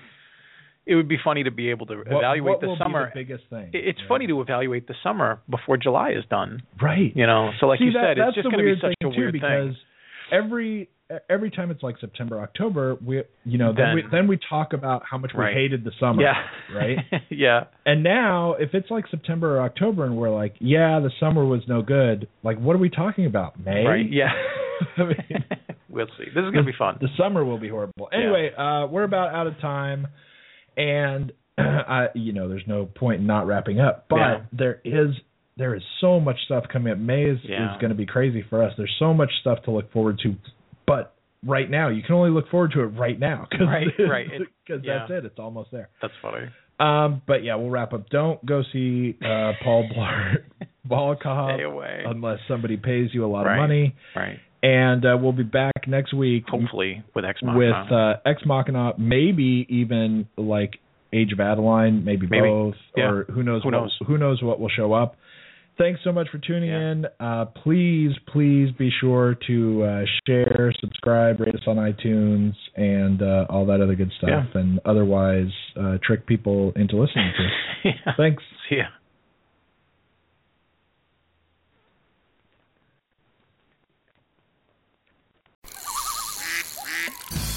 Speaker 3: it would be funny to be able to
Speaker 2: What-
Speaker 3: evaluate
Speaker 2: what
Speaker 3: the
Speaker 2: will be
Speaker 3: summer.
Speaker 2: the biggest thing.
Speaker 3: It- it's
Speaker 2: you know?
Speaker 3: funny to evaluate the summer before July is done.
Speaker 2: right?
Speaker 3: You know, so like
Speaker 2: See,
Speaker 3: you
Speaker 2: that,
Speaker 3: said,
Speaker 2: that's
Speaker 3: it's just
Speaker 2: the
Speaker 3: going to
Speaker 2: weird
Speaker 3: be such
Speaker 2: thing
Speaker 3: a weird
Speaker 2: too,
Speaker 3: thing.
Speaker 2: because every every time it's like September, October, we you know then,
Speaker 3: Then-
Speaker 2: we then we talk about how much
Speaker 3: Right.
Speaker 2: we hated the summer,
Speaker 3: yeah.
Speaker 2: right?
Speaker 3: yeah.
Speaker 2: And now if it's like September or October and we're like, yeah, the summer was no good. Like, what are we talking about? May?
Speaker 3: Right. Yeah.
Speaker 2: I mean,
Speaker 3: we'll see. This is gonna be fun.
Speaker 2: the summer will be horrible.
Speaker 3: Yeah.
Speaker 2: Anyway, uh, we're about out of time, and I, you know, there's no point in not wrapping up. But
Speaker 3: Yeah.
Speaker 2: there is there is so much stuff coming up. May is,
Speaker 3: Yeah.
Speaker 2: is going to be crazy for us. There's so much stuff to look forward to, but right now you can only look forward to it right now because
Speaker 3: Right, right. It-
Speaker 2: that's
Speaker 3: yeah.
Speaker 2: it. It's almost there.
Speaker 3: That's funny.
Speaker 2: Um, but yeah, we'll wrap up. Don't go see uh, Paul Blart Ball Cop
Speaker 3: Stay away.
Speaker 2: unless somebody pays you a lot
Speaker 3: Right.
Speaker 2: of money.
Speaker 3: right.
Speaker 2: And uh, we'll be back next week
Speaker 3: Hopefully with X
Speaker 2: with uh, Ex Machina, maybe even like Age of Adeline, maybe,
Speaker 3: Maybe.
Speaker 2: both,
Speaker 3: Yeah.
Speaker 2: or who knows
Speaker 3: Who
Speaker 2: what,
Speaker 3: knows?
Speaker 2: who knows what will show up. Thanks so much for tuning
Speaker 3: Yeah.
Speaker 2: in. Uh, please, please be sure to uh, share, subscribe, rate us on iTunes, and uh, all that other good stuff.
Speaker 3: Yeah.
Speaker 2: And otherwise, uh, trick people into listening to. us.
Speaker 3: yeah.
Speaker 2: Thanks.
Speaker 3: See ya.